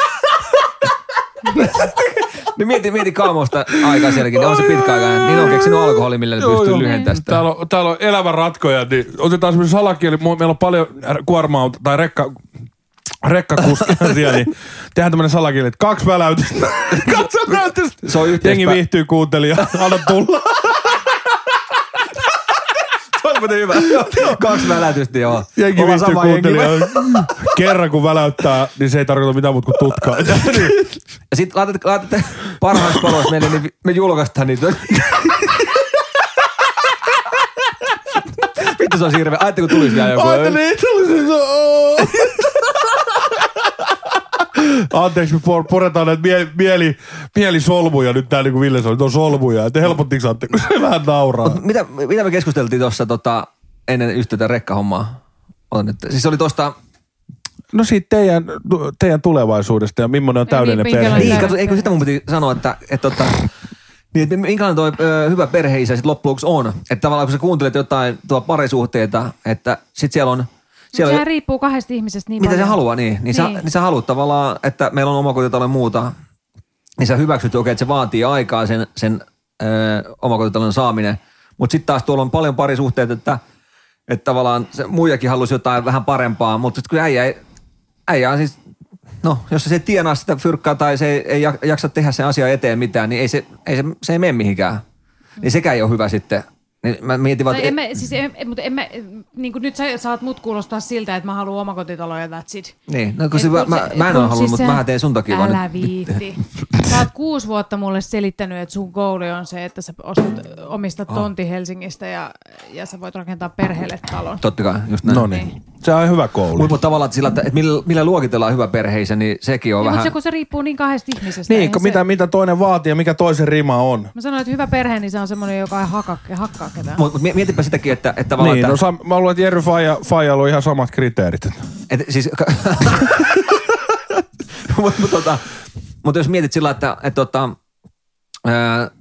Speaker 2: *laughs* niin mieti, mieti kaamosta aikaa sielläkin, niin on se pitkäaikainen. Niin ne on keksinyt alkoholi, millä ne pystyy lyhentämään sitä.
Speaker 1: Täällä on, täällä on elämän ratkoja, niin otetaan semmoinen salakieli. Mu- Meillä on paljon kuorma tai rekka, *laughs* rekkakuskeja siellä, niin tehdään tämmöinen salakieli, että kaksi väläytystä. *laughs* kaksi väläytystä.
Speaker 2: Se on yhteispä-
Speaker 1: Jengi viihtyy kuuntelija, *laughs* anna tulla.
Speaker 2: Se on muuten hyvä. *laughs* Kaksi välätystä, joo.
Speaker 1: *laughs* Jengi
Speaker 2: Ollaan
Speaker 1: viihtyy
Speaker 2: sama jengi.
Speaker 1: kuuntelija. *laughs* Kerran kun väläyttää, niin se ei tarkoita mitään muuta kuin tutkaa. *laughs* Niin.
Speaker 2: Ja sit laitat, laitat parhaat palos meille, niin vi- me julkaistaan niitä. *laughs* Vittu se on hirveä. Ajatteko tulisi vielä joku?
Speaker 1: Aina niin, tuli se se oo. *laughs* Anteeksi, me por- puretaan näitä mie- mieli, mielisolmuja nyt tää niinku Ville sanoi, että on solmuja. Että helpottiko saatte, kun se vähän nauraa.
Speaker 2: Mitä, mitä me keskusteltiin tuossa tota, ennen just tätä rekkahommaa? Ota nyt. Siis se oli tuosta,
Speaker 1: No siitä teidän, tu- teidän tulevaisuudesta ja millainen on
Speaker 4: Ei
Speaker 1: täydellinen
Speaker 4: niin,
Speaker 1: perhe.
Speaker 4: minkälainen-
Speaker 2: niin,
Speaker 4: Täydellinen
Speaker 2: kato, eikö sitä mun piti sanoa, että, että, että niin, että minkälainen toi ö, hyvä perheisä sitten loppujen lopuksi on? Että tavallaan kun sä kuuntelet jotain tuo parisuhteita, että sit siellä on...
Speaker 4: Mut
Speaker 2: Siellä,
Speaker 4: Sehän riippuu kahdesta ihmisestä niin
Speaker 2: mitä
Speaker 4: paljon.
Speaker 2: se haluaa, niin. Niin, niin. Sä, niin sä haluat tavallaan, että meillä on omakotitalo ja muuta, niin sä hyväksyt, okei, että se vaatii aikaa sen, sen ö, omakotitalon saaminen. Mutta sitten taas tuolla on paljon parisuhteita, että, että tavallaan se muijakin halusi jotain vähän parempaa, mutta sitten kun äijä, ei- äijä on siis, no jos se ei tienaa sitä fyrkkaa tai se ei, ei jak- jaksa tehdä sen asian eteen mitään, niin ei se, ei se, se ei mene mihinkään. Niin sekään ei ole hyvä sitten. Niin mä mietin vaan,
Speaker 4: Tai
Speaker 2: että-
Speaker 4: emme, siis emme, mutta emme, niin nyt sä saat mut kuulostaa siltä, että mä haluan omakotitaloja ja that's it.
Speaker 2: niin, no kun
Speaker 4: Et
Speaker 2: se, mä,
Speaker 4: kun
Speaker 2: mä,
Speaker 4: se-
Speaker 2: mä en
Speaker 4: kun
Speaker 2: ole halunnut, mutta
Speaker 4: sehän-
Speaker 2: mä teen sun takia vaan. *laughs*
Speaker 4: Älä viitti. Sä oot kuusi vuotta mulle selittänyt, että sun goali on se, että sä ostat, omistat
Speaker 2: Ah.
Speaker 4: tonti Helsingistä ja, ja sä voit rakentaa perheelle talon.
Speaker 2: Totta kai, just näin.
Speaker 1: No niin, se on hyvä koulu.
Speaker 2: Mutta tavallaan että sillä, että että millä, millä luokitellaan hyvä perheisä, niin sekin on
Speaker 4: Niin, mutta
Speaker 2: vähän...
Speaker 4: se, kun se riippuu niin kahdesta ihmisestä.
Speaker 1: Niin,
Speaker 4: eihän
Speaker 1: kun
Speaker 4: se,
Speaker 1: mitä, mitä toinen vaatii ja mikä toisen rima on.
Speaker 4: Mä sanoin, että hyvä perhe, niin se on semmoinen, joka ei haka, hakkaa ketään.
Speaker 2: Mutta mut mie- mietipä sitäkin, että, että tavallaan...
Speaker 1: Niin,
Speaker 2: että,
Speaker 1: no sam, mä luulen, että Jerry Faija, Faijalla on ihan samat kriteerit.
Speaker 2: Et, siis, *laughs* mutta mut, tota, mut jos mietit sillä, että et, tota, ää,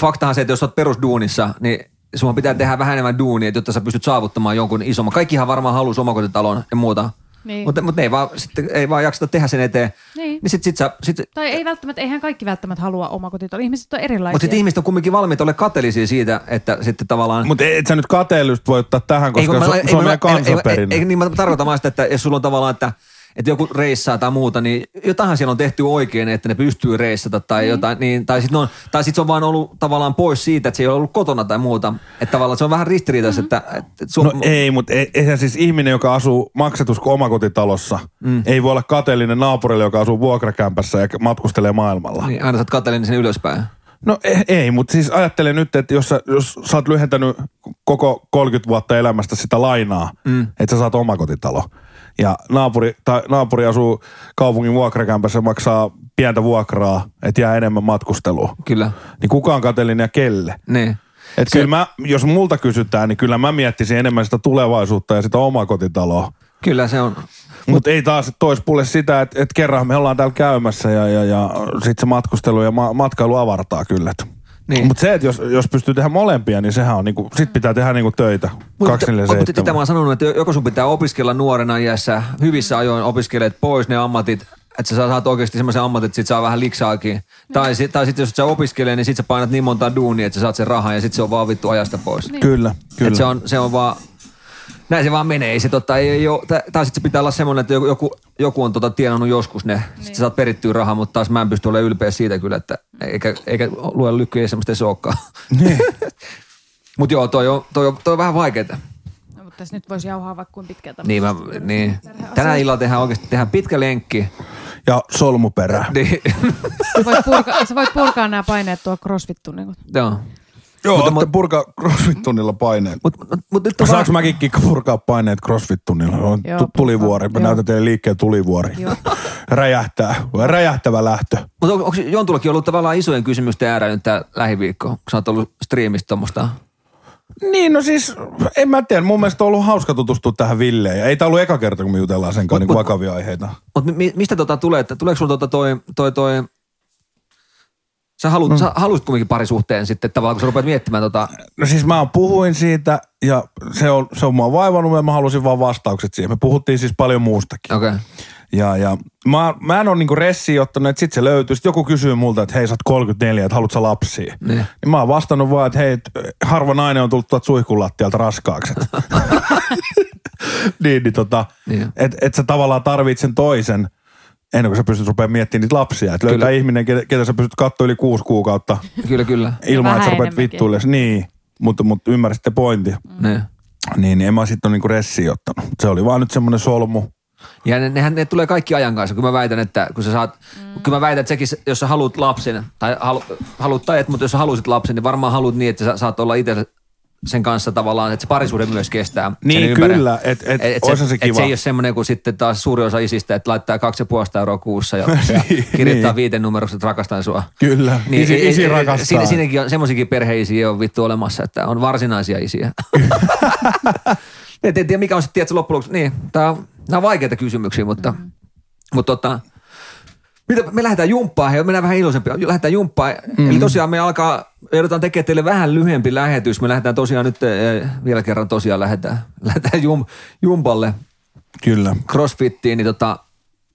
Speaker 2: faktahan se, että jos sä oot perusduunissa, niin sun pitää tehdä vähän enemmän duunia, että jotta sä pystyt saavuttamaan jonkun isomman. Kaikkihan varmaan halusi omakotitalon ja muuta.
Speaker 4: Niin.
Speaker 2: Mutta mut ne ei, vaan, sitten, ei vaan jakseta tehdä sen eteen.
Speaker 4: Niin.
Speaker 2: niin sit, sit sä, sit,
Speaker 4: Tai ei välttämättä, eihän kaikki välttämättä halua omakotitalon. Ihmiset on erilaisia.
Speaker 2: mutta sitten ihmiset on kumminkin valmiita ole kateellisia siitä, että sitten tavallaan...
Speaker 1: Mutta et sä nyt kateellystä voi ottaa tähän, koska
Speaker 2: kun
Speaker 1: se on, se on meidän kansanperinne.
Speaker 2: Ei, ei, niin mä tarkoitan vaan sitä, että jos sulla on tavallaan, että, että joku reissaa tai muuta, niin jotainhan siellä on tehty oikein, että ne pystyy reissata tai mm. jotain, niin, tai sitten sit se on vaan ollut tavallaan pois siitä, että se ei ole ollut kotona tai muuta. Että tavallaan se on vähän ristiriitaista, mm-hmm. että, että sun,
Speaker 1: No ei, mutta e- eihän siis ihminen, joka asuu maksatusku omakotitalossa, mm. ei voi olla kateellinen naapurille, joka asuu vuokrakämpässä ja matkustelee maailmalla. Niin.
Speaker 2: niin aina sä oot katsellinen sinne ylöspäin.
Speaker 1: No e- ei, mutta siis ajattele nyt, että jos sä, jos sä oot lyhentänyt koko 30 vuotta elämästä sitä lainaa, mm. että sä saat omakotitalo. Ja naapuri, tai naapuri asuu kaupungin vuokrakämpässä ja maksaa pientä vuokraa, että jää enemmän matkustelua.
Speaker 2: Kyllä.
Speaker 1: Niin kuka on kateellinen ja kelle?
Speaker 2: Niin.
Speaker 1: Et kyllä mä, jos multa kysytään, niin kyllä mä miettisin enemmän sitä tulevaisuutta ja sitä omakotitaloa.
Speaker 2: Kyllä se on.
Speaker 1: Mutta ei taas toispulle sitä, että et kerran me ollaan täällä käymässä ja, ja, ja sitten se matkustelu ja ma- matkailu avartaa kyllä.
Speaker 2: Niin.
Speaker 1: Niin. Mutta se, että jos, jos pystyy tehdä molempia, niin sehän on niinku, sit pitää tehdä niinku töitä.
Speaker 2: Mutta sitä mä
Speaker 1: 247.
Speaker 2: oon sanonut, että joko sun pitää opiskella nuorena iässä, hyvissä ajoin opiskelet pois ne ammatit, että sä saat oikeasti semmoisen ammatin, että sit saa vähän liksaakin. Tai, si- tai sitten jos sä opiskelee, niin sit sä painat niin monta duunia, että sä saat sen rahan ja sit se on vaan vittu ajasta pois. Niin.
Speaker 1: Kyllä, kyllä.
Speaker 2: Et se, on, se on vaan, näin se vaan menee. Ei se totta, ei, ei oo, tai, tai sit se pitää olla semmoinen, että joku- joku, joku on tota tienannut joskus ne, niin. sit sä saat perittyä rahaa, mutta taas mä en pysty olemaan ylpeä siitä kyllä, että eikä, eikä lue lykkyä, ei semmoista se olekaan. Niin. *laughs* Mut joo, toi on, toi on, toi on vähän vaikeeta.
Speaker 4: No, mutta tässä nyt voisi jauhaa vaikka kuin pitkältä.
Speaker 2: Niin,
Speaker 4: *laughs*
Speaker 2: mä, niin. Tänä illalla tehdään oikeasti tehdään pitkä lenkki.
Speaker 1: Ja solmuperä.
Speaker 2: Niin, *laughs*
Speaker 4: Sä voit purkaa, sä voit purkaa nämä paineet tuo crossfit-tunnilla.
Speaker 2: joo.
Speaker 1: Joo,
Speaker 2: Mutta
Speaker 1: mutta
Speaker 2: mu-
Speaker 1: purkaa crossfit-tunnilla paineet.
Speaker 2: Mut, mut, mut nyt on
Speaker 1: Saanko
Speaker 2: vähän-
Speaker 1: mäkin kikka purkaa paineet crossfit-tunnilla? On
Speaker 4: Joo,
Speaker 1: tu- tulivuori. Mä
Speaker 4: joo.
Speaker 1: näytän teille liikkeen tulivuori.
Speaker 4: Joo.
Speaker 1: *laughs* Räjähtää. Räjähtävä lähtö.
Speaker 2: mut on, onko Jontullakin ollut tavallaan isojen kysymysten äärä nyt tää lähiviikko? Kun sä oot ollut striimistä tuommoista.
Speaker 1: Niin, no siis, en mä tiedä. Mun mielestä on ollut hauska tutustua tähän Villeen. Ja ei tää ollut eka kerta, kun me jutellaan sen kanssa niin
Speaker 2: mut-
Speaker 1: vakavia aiheita.
Speaker 2: Mut mi, mistä tota tulee? Että tuleeko sulla tota toi, toi, toi Sä, haluut, mm. sä halusit kumminkin parisuhteen sitten tavallaan, kun sä rupeat miettimään tota,
Speaker 1: No siis mä puhuin siitä ja se on, se on mua vaivannut ja mä halusin vaan vastaukset siihen. Me puhuttiin siis paljon muustakin.
Speaker 2: okei. Okay.
Speaker 1: Ja, ja mä, mä en ole niinku ressiä ottanut, että sit se löytyy. Sit joku kysyy multa, että hei sä oot 34, että haluut sä lapsia?
Speaker 2: Niin.
Speaker 1: niin mä oon vastannut vaan, että hei, et, eh, harva nainen on tullut tuolta suihkulattialta raskaaksi.
Speaker 2: *laughs*
Speaker 1: niin, niin tota,
Speaker 2: Niin.
Speaker 1: että et sä tavallaan tarvitset sen toisen, ennen kuin sä pystyt rupeamaan miettimään niitä lapsia. Että löytää ihminen, ketä, ketä sä pystyt katsoa yli kuusi kuukautta
Speaker 2: Kyllä, kyllä.
Speaker 1: ilman,
Speaker 4: vähän
Speaker 1: että sä rupeat
Speaker 4: enemmänkin.
Speaker 1: vittuille. Niin, mutta mut ymmärsitte pointin.
Speaker 2: Mm. Ne.
Speaker 1: Niin, niin en mä sitten ole niinku ressiä ottanut. Se oli vaan nyt semmoinen solmu.
Speaker 2: Ja ne, nehän ne tulee kaikki ajan kanssa, kun mä väitän, että kun sä saat, mm. kun mä väitän, että sekin, se- jos sä haluat lapsen, tai halu, haluat tai et, mutta jos sä halusit lapsen, niin varmaan haluat niin, että sä saat olla itse sen kanssa tavallaan, että se parisuhde myös kestää.
Speaker 1: Niin,
Speaker 2: sen ympärillä.
Speaker 1: kyllä, et- et oishan se
Speaker 2: Et
Speaker 1: kiva.
Speaker 2: se ei ole semmoinen kuin sitten taas suuri osa isistä, että laittaa 2,5 euroa kuussa ja, ja
Speaker 1: *laughs*
Speaker 2: kirjoittaa
Speaker 1: Niin.
Speaker 2: viiden numerosta, että rakastan sua.
Speaker 1: Kyllä, isi-
Speaker 2: Niin, ei- ei-
Speaker 1: isi
Speaker 2: ei-
Speaker 1: rakastaa.
Speaker 2: Siinä, siinäkin on, semmoisiakin perheisiä on vittu olemassa, että on varsinaisia isiä. Et en tiedä, mikä on sitten, tiedätkö, loppujen lopuksi. Niin, tää on, nää on vaikeita kysymyksiä, mutta, mm-hmm. mutta tota, mitä, me lähdetään jumppaan, hei, mennään vähän iloisempia. Lähdetään jumppaan. Mm-hmm.
Speaker 1: Mm.
Speaker 2: Eli tosiaan me alkaa, joudutaan tekemään teille vähän lyhyempi lähetys. Me lähdetään tosiaan nyt, eh, vielä kerran tosiaan lähdetään, lähdetään jum, jumpalle
Speaker 1: Kyllä.
Speaker 2: crossfittiin, niin, tota,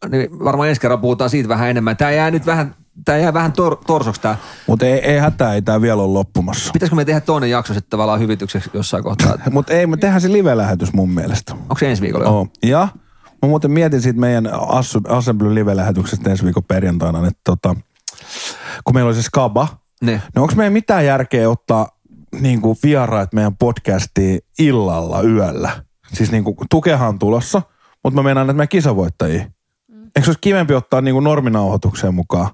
Speaker 2: niin varmaan ensi kerralla puhutaan siitä vähän enemmän. Tämä jää nyt vähän, tää jää vähän tor, torsoksi tää.
Speaker 1: Mutta ei, ei hätää, ei tää vielä ole loppumassa.
Speaker 2: Pitäisikö me tehdä toinen jakso sitten tavallaan hyvitykseksi jossain kohtaa?
Speaker 1: Mutta ei, me tehdään se live-lähetys mun mielestä.
Speaker 2: Onko se ensi viikolla?
Speaker 1: Oo. Ja mä muuten mietin siitä meidän Assu- Assembly live-lähetyksestä ensi viikon perjantaina, että tota, kun meillä oli se skaba,
Speaker 2: Niin.
Speaker 1: no onko meidän mitään järkeä ottaa niin kuin vieraat meidän podcastiin illalla yöllä? Siis niin kuin tukehan on tulossa, mutta mä meinaan, että meidän kisavoittajia. Eikö se olisi kivempi ottaa niin kuin norminauhoitukseen mukaan?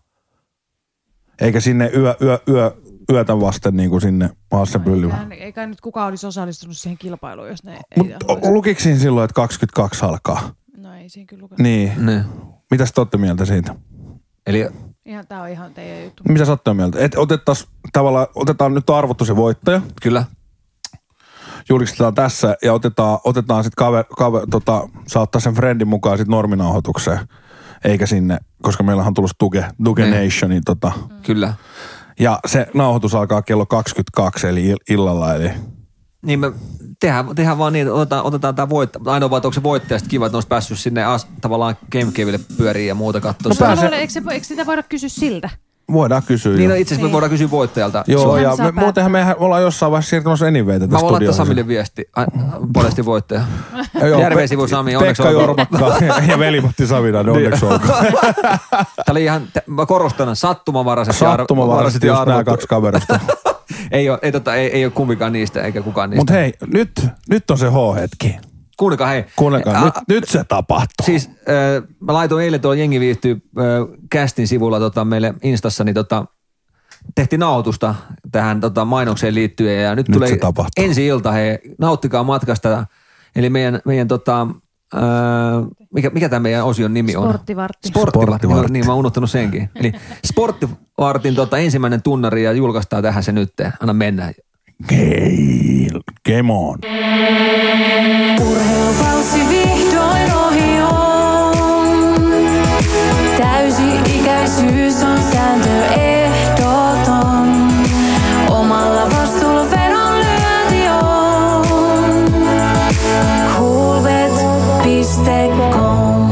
Speaker 1: Eikä sinne yö, yö, yö, yötä vasten niin kuin sinne Assemblylle.
Speaker 4: Eikä, eikä nyt kukaan olisi osallistunut siihen kilpailuun, jos ne ei
Speaker 1: Mutta
Speaker 4: haluaisi.
Speaker 1: lukiksin silloin, että 22 alkaa.
Speaker 4: No ei siinä kyllä lukenut.
Speaker 1: Niin.
Speaker 2: Niin.
Speaker 1: Mitäs te olette mieltä siitä?
Speaker 2: Eli
Speaker 4: Ihan, tää on ihan teidän juttu.
Speaker 1: Mitä sä olette mieltä? Et otettais, tavallaan, otetaan nyt arvottu se voittaja,
Speaker 2: kyllä.
Speaker 1: julkistetaan tässä ja otetaan, otetaan sitten kave, kave, tota, saattaa sen friendin mukaan sitten norminauhoitukseen. Eikä sinne, koska meillähän on tulossa Tuke, Tuke
Speaker 2: Niin.
Speaker 1: Nationin tota.
Speaker 2: Kyllä.
Speaker 1: Ja se nauhoitus alkaa kello 22, eli il- illalla. Eli
Speaker 2: Niin me tehdään, tehdään vaan niin, että otetaan, otetaan tämä voittaja. Ainoa vaan, että onko se voittajasta kiva, että ne olisi päässyt sinne as, tavallaan GameCaville pyöriin ja muuta katsoa.
Speaker 1: No
Speaker 2: No,
Speaker 1: pääs-
Speaker 2: pääs-
Speaker 1: se-
Speaker 4: Eikö, se, eikö sitä voida kysyä siltä?
Speaker 1: voidaan kysyä.
Speaker 2: niin, no
Speaker 1: jo.
Speaker 2: itse asiassa me
Speaker 4: Niin.
Speaker 2: voidaan kysyä voittajalta.
Speaker 1: Joo,
Speaker 4: Suomi
Speaker 1: ja
Speaker 4: saa
Speaker 1: me,
Speaker 4: päättää.
Speaker 1: muutenhan me ollaan jossain vaiheessa siirtymässä eniveitä
Speaker 2: Mä
Speaker 1: tästä
Speaker 2: voin laittaa
Speaker 1: studioon.
Speaker 2: Samille viesti. Ai, Monesti voittaja.
Speaker 1: Ja *laughs* joo,
Speaker 2: Järven
Speaker 1: Pe-
Speaker 2: sivu Sami, onneksi
Speaker 1: Pekka
Speaker 2: olkoon. Niin.
Speaker 1: Jormakka
Speaker 2: *laughs*
Speaker 1: ja velimatti Savinainen, onneksi olkoon.
Speaker 2: Tämä oli ihan, t- mä korostan, sattumanvaraiset ja arv-
Speaker 1: Sattumavarasti
Speaker 2: ja
Speaker 1: just nämä
Speaker 2: arvottu.
Speaker 1: kaksi kaverista.
Speaker 2: *laughs* ei, ole, ei, tota, ei, ei ole kumpikaan niistä, eikä kukaan niistä.
Speaker 1: Mut hei, nyt, nyt on se H-hetki.
Speaker 2: Kuunnelkaa hei.
Speaker 1: Kuunnelkaa, nyt,
Speaker 2: A-
Speaker 1: nyt se tapahtuu.
Speaker 2: Siis äh, mä laitoin eilen tuolla jengi viihtyy äh, kästin sivulla tota, meille Instassa, niin tota, tehtiin nauhoitusta tähän tota, mainokseen liittyen. Ja nyt,
Speaker 1: Nyt
Speaker 2: tulee
Speaker 1: se tapahtuu.
Speaker 2: ensi ilta, hei, nauttikaa matkasta. Eli meidän, meidän tota, äh, mikä, mikä tämä meidän osion nimi on? Sporttivartti.
Speaker 4: Sporttivartti.
Speaker 1: Sporttivartti.
Speaker 2: Sporttivartti. Niin, mä oon unohtanut senkin. Eli Sporttivartin tota, ensimmäinen tunnari ja julkaistaan tähän se nyt. Anna mennä.
Speaker 1: Gail, Game on.
Speaker 5: Urheilukausi vihdoin ohi on. Täysi-ikäisyys on sääntö ehdoton. Omalla vastuulla vedon lyönti on. Coolbet.com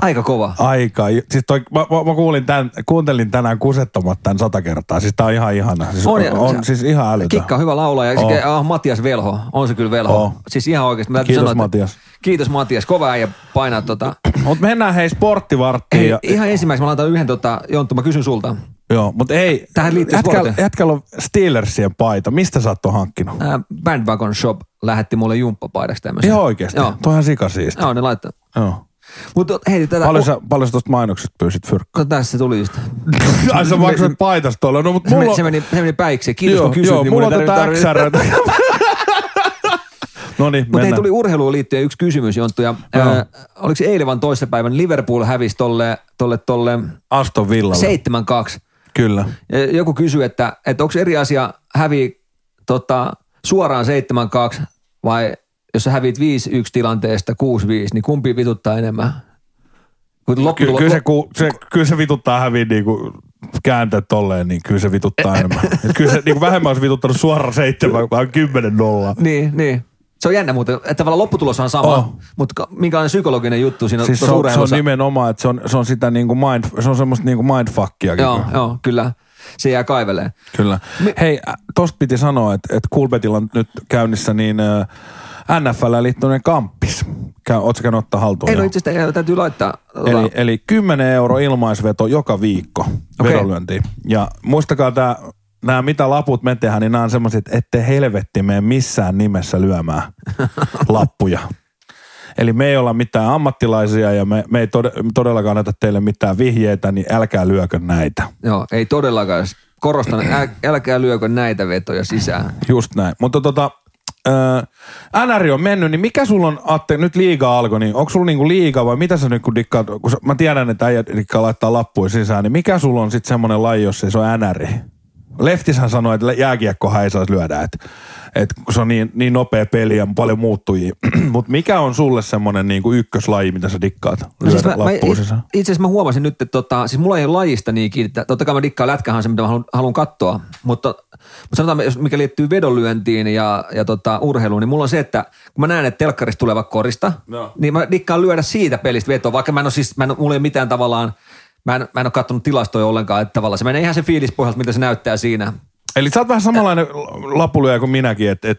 Speaker 2: Aika kova.
Speaker 1: Aika. Siis toi, mä, mä, mä kuulin tän, kuuntelin tänään kusettamat tämän sata kertaa. Siis tää on ihan ihana. Siis on,
Speaker 2: On, ja-
Speaker 1: on,
Speaker 2: se-
Speaker 1: siis ihan älytön.
Speaker 2: Kikka on hyvä laulaja.
Speaker 1: Oo.
Speaker 2: Ja oh. Matias Velho, on se kyllä Velho.
Speaker 1: Oo.
Speaker 2: Oh. Siis ihan oikeasti. Mä täytyy
Speaker 1: Kiitos,
Speaker 2: että-
Speaker 1: Matias.
Speaker 2: Kiitos Matias. Kova äijä painaa tota.
Speaker 1: Mut mennään hei sporttivarttiin.
Speaker 2: Hei,
Speaker 1: ja,
Speaker 2: ihan ensimmäisenä mä laitan yhden tota, Jonttu, mä kysyn sulta.
Speaker 1: joo, mut ei.
Speaker 2: Tähän liittyy
Speaker 1: jätkällä,
Speaker 2: sportin.
Speaker 1: jätkällä on Steelersien paita. Mistä sä oot ton hankkinut?
Speaker 2: Ää, Äh, Bandwagon Shop lähetti mulle jumppapaidaksi tämmöisen.
Speaker 1: Ihan oikeesti.
Speaker 2: Joo.
Speaker 1: Toi on sikasiisti.
Speaker 2: Joo, ne laittaa.
Speaker 1: Joo.
Speaker 2: Mutta hei, tätä...
Speaker 1: Paljon sä, paljon sä tosta mainoksesta pyysit fyrkkaa?
Speaker 2: No, tässä se tuli just.
Speaker 1: *laughs* Ai sä maksat paitasta tuolla. No, mut
Speaker 2: Se,
Speaker 1: mulla
Speaker 2: meni,
Speaker 1: on...
Speaker 2: se, meni, se meni päiksi. Kiitos kun kysyt,
Speaker 1: joo,
Speaker 2: niin
Speaker 1: mulla
Speaker 2: mulla
Speaker 1: on
Speaker 2: ei
Speaker 1: tota
Speaker 2: tarvi-
Speaker 1: XR. *laughs* no niin,
Speaker 2: Mutta hei,
Speaker 1: mennään.
Speaker 2: tuli urheiluun liittyen yksi kysymys, Jonttu. Ja, ää, oliko se eilen vaan toissapäivän Liverpool hävisi tolle, tolle, tolle
Speaker 1: Aston Villalle.
Speaker 2: 7-2.
Speaker 1: Kyllä.
Speaker 2: Ja Joku kysyy, että, että onko eri asia hävi tota, suoraan 7-2 vai jos sä hävit 5-1 tilanteesta 6-5, niin kumpi vituttaa enemmän? Kun
Speaker 1: Ky-
Speaker 2: lopputulo,
Speaker 1: kyllä, se, ku, se, kyllä se vituttaa häviä niinku kääntää tolleen, niin kyllä se vituttaa
Speaker 2: Eh,
Speaker 1: enemmän. Et kyllä se niinku vähemmän olisi vituttanut suoraan seitsemän, vaan kymmenen nolla.
Speaker 2: Niin, niin. Se on jännä muuten, että tavallaan lopputulos on sama,
Speaker 1: Oh.
Speaker 2: oh. mutta ka- minkälainen psykologinen juttu siinä
Speaker 1: Siis se
Speaker 2: tuossa
Speaker 1: on, se on
Speaker 2: urheilussa-
Speaker 1: nimenomaan, että se on, se on sitä niinku mind, se on semmoista niinku mindfuckia.
Speaker 2: Joo, joo, kyllä. Se jää kaiveleen.
Speaker 1: Kyllä. Hei, ä, tosta piti sanoa, että et Kulbetilla on nyt käynnissä niin ä, NFL-liittoinen kamppis. Käy, ootko käynyt ottaa haltuun?
Speaker 2: Ei, no
Speaker 1: jo?
Speaker 2: itse asiassa ei, täytyy laittaa.
Speaker 1: Eli, eli 10 euro ilmaisveto joka viikko okay.
Speaker 2: Okei.
Speaker 1: vedonlyöntiin. Ja muistakaa tämä, nämä mitä laput me tehdään, niin nämä on semmoiset, ettei helvetti mene missään nimessä lyömään lappuja. Eli me ei olla mitään ammattilaisia ja me, me ei tode, todellakaan anneta teille mitään vihjeitä, niin älkää lyökö näitä.
Speaker 2: Joo, ei todellakaan. Korostan, äl- älkää lyökö näitä vetoja sisään.
Speaker 1: Just näin. Mutta tota, äh, NR on mennyt, niin mikä sulla on, Atte, nyt liiga alkoi, niin onko sulla niinku liiga vai mitä sä nyt kun dikkaat, kun sä, mä tiedän, että äijä dikkaa laittaa lappuja sisään, niin mikä sulla on sitten semmoinen laji, jos ei se on NR? Leftishän sanoi, että jääkiekkohan ei saisi lyödä, että et kun se on niin, niin nopea peli ja paljon muuttujia. *clears throat* Mutta mikä on sulle semmoinen niinku ykköslaji, mitä sä dikkaat
Speaker 2: No
Speaker 1: lyödä
Speaker 2: siis mä, mä,
Speaker 1: lappuun
Speaker 2: itse
Speaker 1: sisään?
Speaker 2: asiassa mä huomasin nyt, että tota, siis mulla ei ole lajista niin kiinnittää. Totta kai mä dikkaan lätkähän se, mitä mä haluan, haluan katsoa. Mutta, mutta sanotaan, jos mikä liittyy vedonlyöntiin ja, ja tota, urheiluun, niin mulla on se, että kun mä näen, että telkkarista tulee vaikka korista,
Speaker 1: No.
Speaker 2: no. niin mä dikkaan lyödä siitä pelistä vetoa, vaikka mä en ole siis, mä en, mulla ei ole mitään tavallaan, mä en, mä en ole katsonut tilastoja ollenkaan, että tavallaan se menee ihan se fiilis pohjalta, mitä se näyttää siinä.
Speaker 1: Eli sä oot vähän samanlainen l- lapulyöjä kuin minäkin, että et,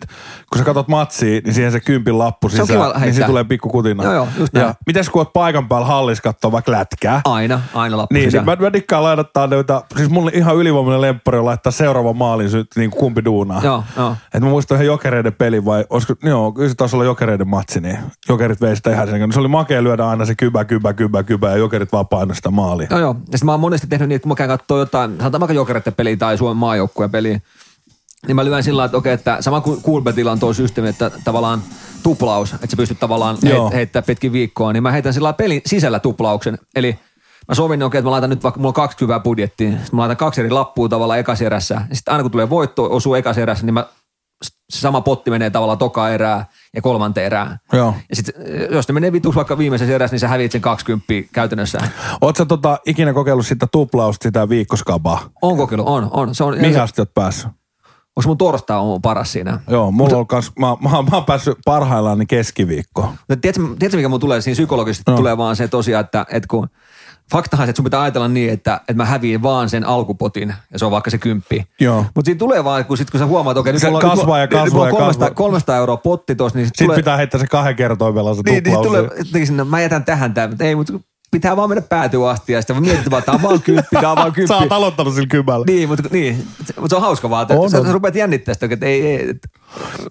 Speaker 1: kun sä katot matsia, niin siihen se kympin lappu
Speaker 2: Se
Speaker 1: sisään,
Speaker 2: on kiva
Speaker 1: niin se
Speaker 2: heittää.
Speaker 1: tulee pikku kutina.
Speaker 2: Joo, joo, just
Speaker 1: ja
Speaker 2: näin.
Speaker 1: mites kun oot paikan päällä hallis kattoo vaikka lätkää?
Speaker 2: Aina, aina lappu
Speaker 1: Niin, niin
Speaker 2: sisään.
Speaker 1: mä, mä dikkaan laittaa noita, siis mulle ihan ylivoimainen lemppari on laittaa seuraava maalin syt, niin kuin kumpi duunaa.
Speaker 2: Joo, joo.
Speaker 1: Et mä muistan ihan jokereiden peli vai, olisiko, joo, kyllä se taisi olla jokereiden matsi, niin jokerit vei sitä ihan sen. Se oli makea lyödä aina se kybä, kybä, kybä, kybä ja jokerit vaan painoi sitä maalia.
Speaker 2: Joo, joo. Ja sit mä oon monesti tehnyt niin, että kun mä käyn katsoo jotain, sanotaan vaikka jokereiden peliä tai Suomen maajoukkueen peliä, niin mä lyön sillä lailla, että okei, että sama kuin Coolbetilla on tuo systeemi, että tavallaan tuplaus, että sä pystyt tavallaan
Speaker 1: Joo.
Speaker 2: heit, heittää pitkin viikkoa, niin mä heitän sillä lailla pelin sisällä tuplauksen. Eli mä sovin, okei, että mä laitan nyt vaikka, mulla on kaksi hyvää budjettia, sit mä laitan kaksi eri lappua tavallaan ekas erässä, ja sitten aina kun tulee voitto, osuu ekas erässä, niin mä se sama potti menee tavallaan toka erää ja kolmanteen erään.
Speaker 1: Joo.
Speaker 2: Ja sit, jos ne menee vituksi vaikka viimeisessä erässä, niin sä häviit sen 20 käytännössä.
Speaker 1: Oot sä tota, ikinä kokeillut sitä tuplausta, sitä viikkoskabaa?
Speaker 2: Onko kyllä? On, on. Se on
Speaker 1: Mihin asti oot päässyt?
Speaker 2: Onko mun torstai on paras siinä?
Speaker 1: Joo, mulla on kans, mä, mä, mä oon päässyt parhaillaan niin keskiviikkoon.
Speaker 2: No, tiedätkö, tiedätkö, mikä mun tulee siinä psykologisesti? No. Tulee vaan se tosiaan, että, että kun faktahan se, että sun pitää ajatella niin, että, että mä häviin vaan sen alkupotin ja se on vaikka se kymppi.
Speaker 1: Joo.
Speaker 2: Mutta siinä tulee vaan, kun, sit, kun sä huomaat, että okei, nyt
Speaker 1: Se
Speaker 2: mulla on-
Speaker 1: kasvaa ja
Speaker 2: nyt mulla
Speaker 1: kasvaa
Speaker 2: on
Speaker 1: ja
Speaker 2: 300,
Speaker 1: kasvaa.
Speaker 2: 300 euroa potti tuossa, niin sit
Speaker 1: Sitten
Speaker 2: tulee,
Speaker 1: pitää heittää se kahden kertoimella se
Speaker 2: niin, niin sit
Speaker 1: tuplaus.
Speaker 2: tulee jotenkin sinne, mä jätän tähän tämän, mutta ei, mutta pitää vaan mennä päätyä asti ja sitten mietit vaan, tää on vaan kymppi, tää on vaan kymppi.
Speaker 1: Sä oot aloittanut sillä kymällä.
Speaker 2: Niin, mutta, niin, mutta se on hauska vaan, että
Speaker 1: On,
Speaker 2: sä,
Speaker 1: on.
Speaker 2: sä rupeat jännittämään sitä, että ei, ei, että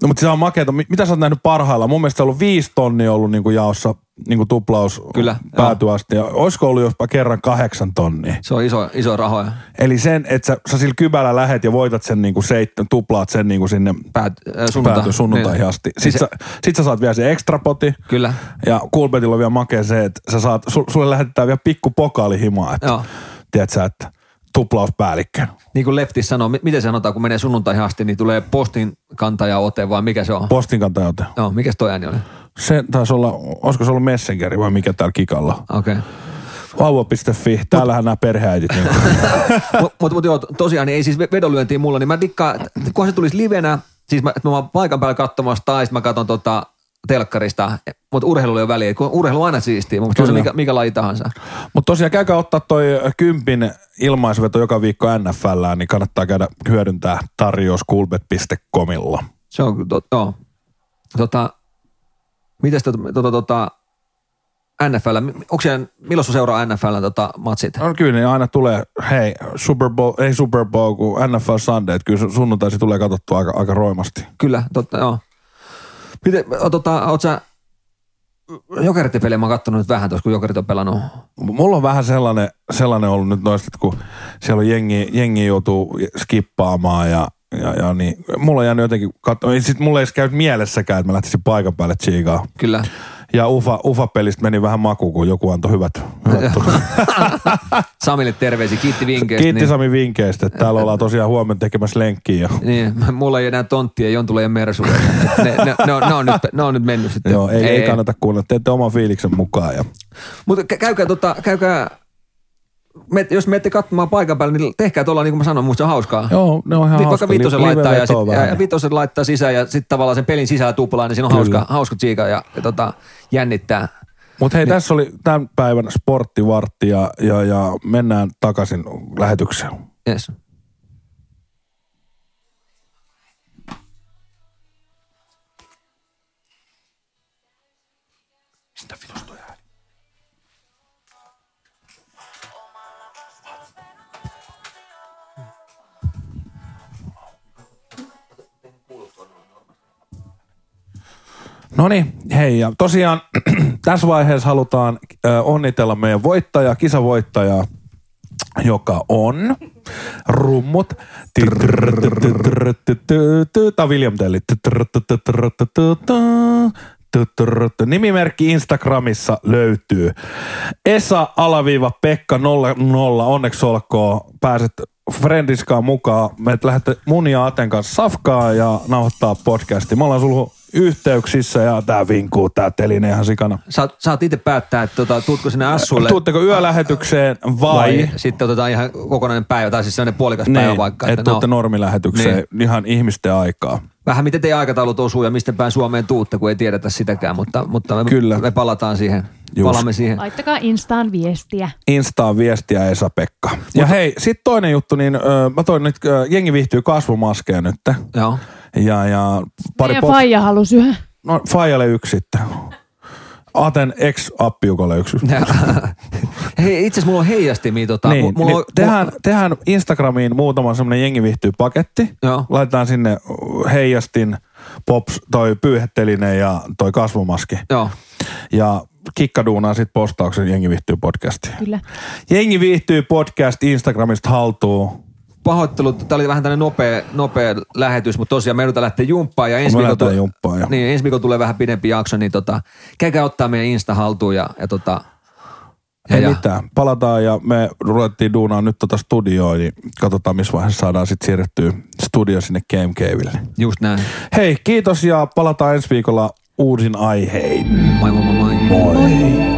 Speaker 1: No, mutta se on makeeta. Mi- Mitä sä oot nähnyt parhaillaan? Mun mielestä se on ollut viisi tonnia ollut niinku jaossa niinku tuplaus
Speaker 2: Kyllä,
Speaker 1: päätyästi. Ja olisiko ollut jopa kerran kahdeksan tonnia?
Speaker 2: se on iso, iso rahoja.
Speaker 1: Eli sen, että sä, sä sillä kybällä lähet ja voitat sen niinku seitten, tuplaat sen niinku sinne
Speaker 2: Päät, äh, sunnuntai.
Speaker 1: pääty sunnuntaihin
Speaker 2: Niin.
Speaker 1: asti.
Speaker 2: Niin
Speaker 1: Sitten
Speaker 2: se-
Speaker 1: sä, sit sä saat vielä se ekstra poti.
Speaker 2: Kyllä.
Speaker 1: Ja Kulpetilla on vielä makea se, että sä saat, sul, sulle lähetetään vielä pikku pokaali himaa. Että,
Speaker 2: Joo.
Speaker 1: tiedät sä, että tuplauspäällikkö.
Speaker 2: Niin kuin Lefti sanoo, mi- miten sanotaan, kun menee sunnuntaihin asti, niin tulee postin kantaja ote vai mikä se on?
Speaker 1: Postin kantajote.
Speaker 2: Joo, mikä se toi ääni oli?
Speaker 1: Se taisi olla, olisiko se ollut Messengeri vai mikä täällä kikalla on?
Speaker 2: Okei. *laughs*
Speaker 1: Vauva.fi, täällähän nämä perheäidit. *laughs* niinku.
Speaker 2: Mutta mut, mut joo, tosiaan niin ei siis ve- vedonlyöntiä mulla, niin mä dikkaan, että kunhan se tulisi livenä, siis mä, että mä oon paikan päällä katsomassa tai sit mä katson tota telkkarista, mutta urheilu ei väliä, kun urheilu on aina siistiä, mutta on se
Speaker 1: Kyllä.
Speaker 2: mikä, mikä laji tahansa.
Speaker 1: Mutta tosiaan käykää ottaa toi kympin ilmaisveto joka viikko NFLään, niin kannattaa käydä hyödyntää tarjous kulbet.comilla.
Speaker 2: Se on, kyllä tot, joo. Tota, mites tota, tota, tota NFL, onko siellä, milloin sun seuraa NFL tota, matsit?
Speaker 1: No kyllä, niin aina tulee, hei, Super Bowl, ei Super Bowl, kun NFL Sunday, että kyllä se sunnuntaisi tulee katsottua aika, aika roimasti.
Speaker 2: Kyllä, totta, joo. Miten, o, tota, oot sä, Jokerit-pelejä mä oon kattonut nyt vähän tuossa, kun Jokerit on pelannut.
Speaker 1: Mulla on vähän sellainen, sellainen ollut nyt noista, että kun siellä on jengi, jengi joutuu skippaamaan ja, ja, ja niin. Mulla on jäänyt jotenkin, katso, ei, sit mulla ei edes käy mielessäkään, että mä lähtisin paikan päälle tsiigaa.
Speaker 2: Kyllä.
Speaker 1: Ja Ufa, Ufa-pelistä meni vähän maku, kun joku antoi hyvät, hyvät
Speaker 2: *laughs* Samille terveisiä, kiitti vinkeistä.
Speaker 1: Kiitti Sami vinkkeistä. että Täällä ollaan tosiaan huomenna tekemässä lenkkiä. Ja,
Speaker 2: niin, niin, mulla ei enää tonttia, Jontulla ei ole mersuja. Ne, ne, ne, on, ne, on nyt, ne on nyt mennyt sitten.
Speaker 1: joo, ei, ei, kannata kuunnella. Teette oman fiiliksen mukaan. Ja,
Speaker 2: Mutta kä- käykää, tota, käykää me, jos menette katsomaan paikan päälle, niin tehkää tuolla, niin kuin mä sanoin, musta se on hauskaa.
Speaker 1: joo, ne on ihan
Speaker 2: Vi-
Speaker 1: hauska.
Speaker 2: Niin, vaikka vitosen
Speaker 1: Li-
Speaker 2: laittaa, ja, sit,
Speaker 1: live-vetoa
Speaker 2: ja,
Speaker 1: vähän.
Speaker 2: ja vitosen laittaa sisään ja sitten tavallaan sen pelin sisällä tuplaa, niin siinä on hauska, hauska tsiika ja, ja tota, jännittää.
Speaker 1: Mut hei, tässä oli tämän päivän sporttivartti ja, ja, ja mennään takaisin lähetykseen.
Speaker 2: Yes.
Speaker 1: No niin, hei ja tosiaan *clears throat* tässä vaiheessa halutaan ö, onnitella meidän voittajaa, kisavoittajaa, joka on rummut. Tämä on William Telly. Nimimerkki Instagramissa löytyy. Esa alaviiva Pekka 00, onneksi olkoon. Pääset Frendiskaan mukaan. Me lähdette mun ja Aten kanssa safkaa ja nauhoittaa podcasti. Me ollaan sulla yhteyksissä ja tää vinkuu tää teline ihan sikana.
Speaker 2: Saat, saat itse päättää, että tota, tuutko
Speaker 1: Äh,
Speaker 2: sinne Assulle
Speaker 1: Tuutteko yölähetykseen vai
Speaker 2: sitten otetaan ihan kokonainen päivä, tai siis sellainen puolikas päivä
Speaker 1: Niin,
Speaker 2: vaikka. no, Niin.
Speaker 1: että tuutte normilähetykseen ihan ihmisten aikaa.
Speaker 2: vähän miten teidän aikataulut osuu ja mistä päin Suomeen tuutte, kun ei tiedetä sitäkään, mutta, mutta me,
Speaker 1: Kyllä.
Speaker 2: me palataan siihen.
Speaker 1: Just.
Speaker 2: Palaamme siihen.
Speaker 4: Laittakaa Instaan viestiä.
Speaker 1: Instaan viestiä Esa-Pekka. Ja hei, sit toinen juttu, niin ö, mä toin nyt, ö, jengi viihtyy kasvomaskeja nyt.
Speaker 2: Joo. *laughs*
Speaker 1: Ja, ja pari
Speaker 4: Meidän faija halusi yhden.
Speaker 1: No Fajalle yksi sitten. Aten ex-appiukolle yksi.
Speaker 2: Hei, itse asiassa mulla on heijastimia. Tota,
Speaker 1: Niin,
Speaker 2: mu- mulla
Speaker 1: niin
Speaker 2: on,
Speaker 1: tehdään, tehdään Instagramiin muutama semmoinen jengi viihtyy paketti.
Speaker 2: Joo.
Speaker 1: Laitetaan sinne ö, heijastin, pops, toi pyyhetteline ja toi kasvomaski.
Speaker 2: Joo.
Speaker 1: Ja kikkaduunaa sit postauksen jengi viihtyy podcastiin.
Speaker 4: Kyllä.
Speaker 1: Jengi viihtyy podcast Instagramista haltuun.
Speaker 2: pahoittelut. Tämä oli vähän tämmöinen nopea, nopea lähetys, mutta tosiaan me joudutaan lähteä jumppaan. Ja ensi
Speaker 1: Me
Speaker 2: viikolla
Speaker 1: lähdetään
Speaker 2: tu-
Speaker 1: jumppaan, joo.
Speaker 2: Niin, ensi viikolla tulee vähän pidempi jakso, niin tota, käykää ottaa meidän Insta haltuun ja, ja tota,
Speaker 1: Ei
Speaker 2: Ja-
Speaker 1: mitään. Palataan ja me ruvettiin duunaan nyt tota studioa, niin katsotaan missä vaiheessa saadaan sitten siirrettyä studio sinne Game Cavelle.
Speaker 2: Just näin.
Speaker 1: Hei, kiitos ja palataan ensi viikolla uusin aihein.
Speaker 2: Moi moi moi moi.
Speaker 1: Moi. Moi.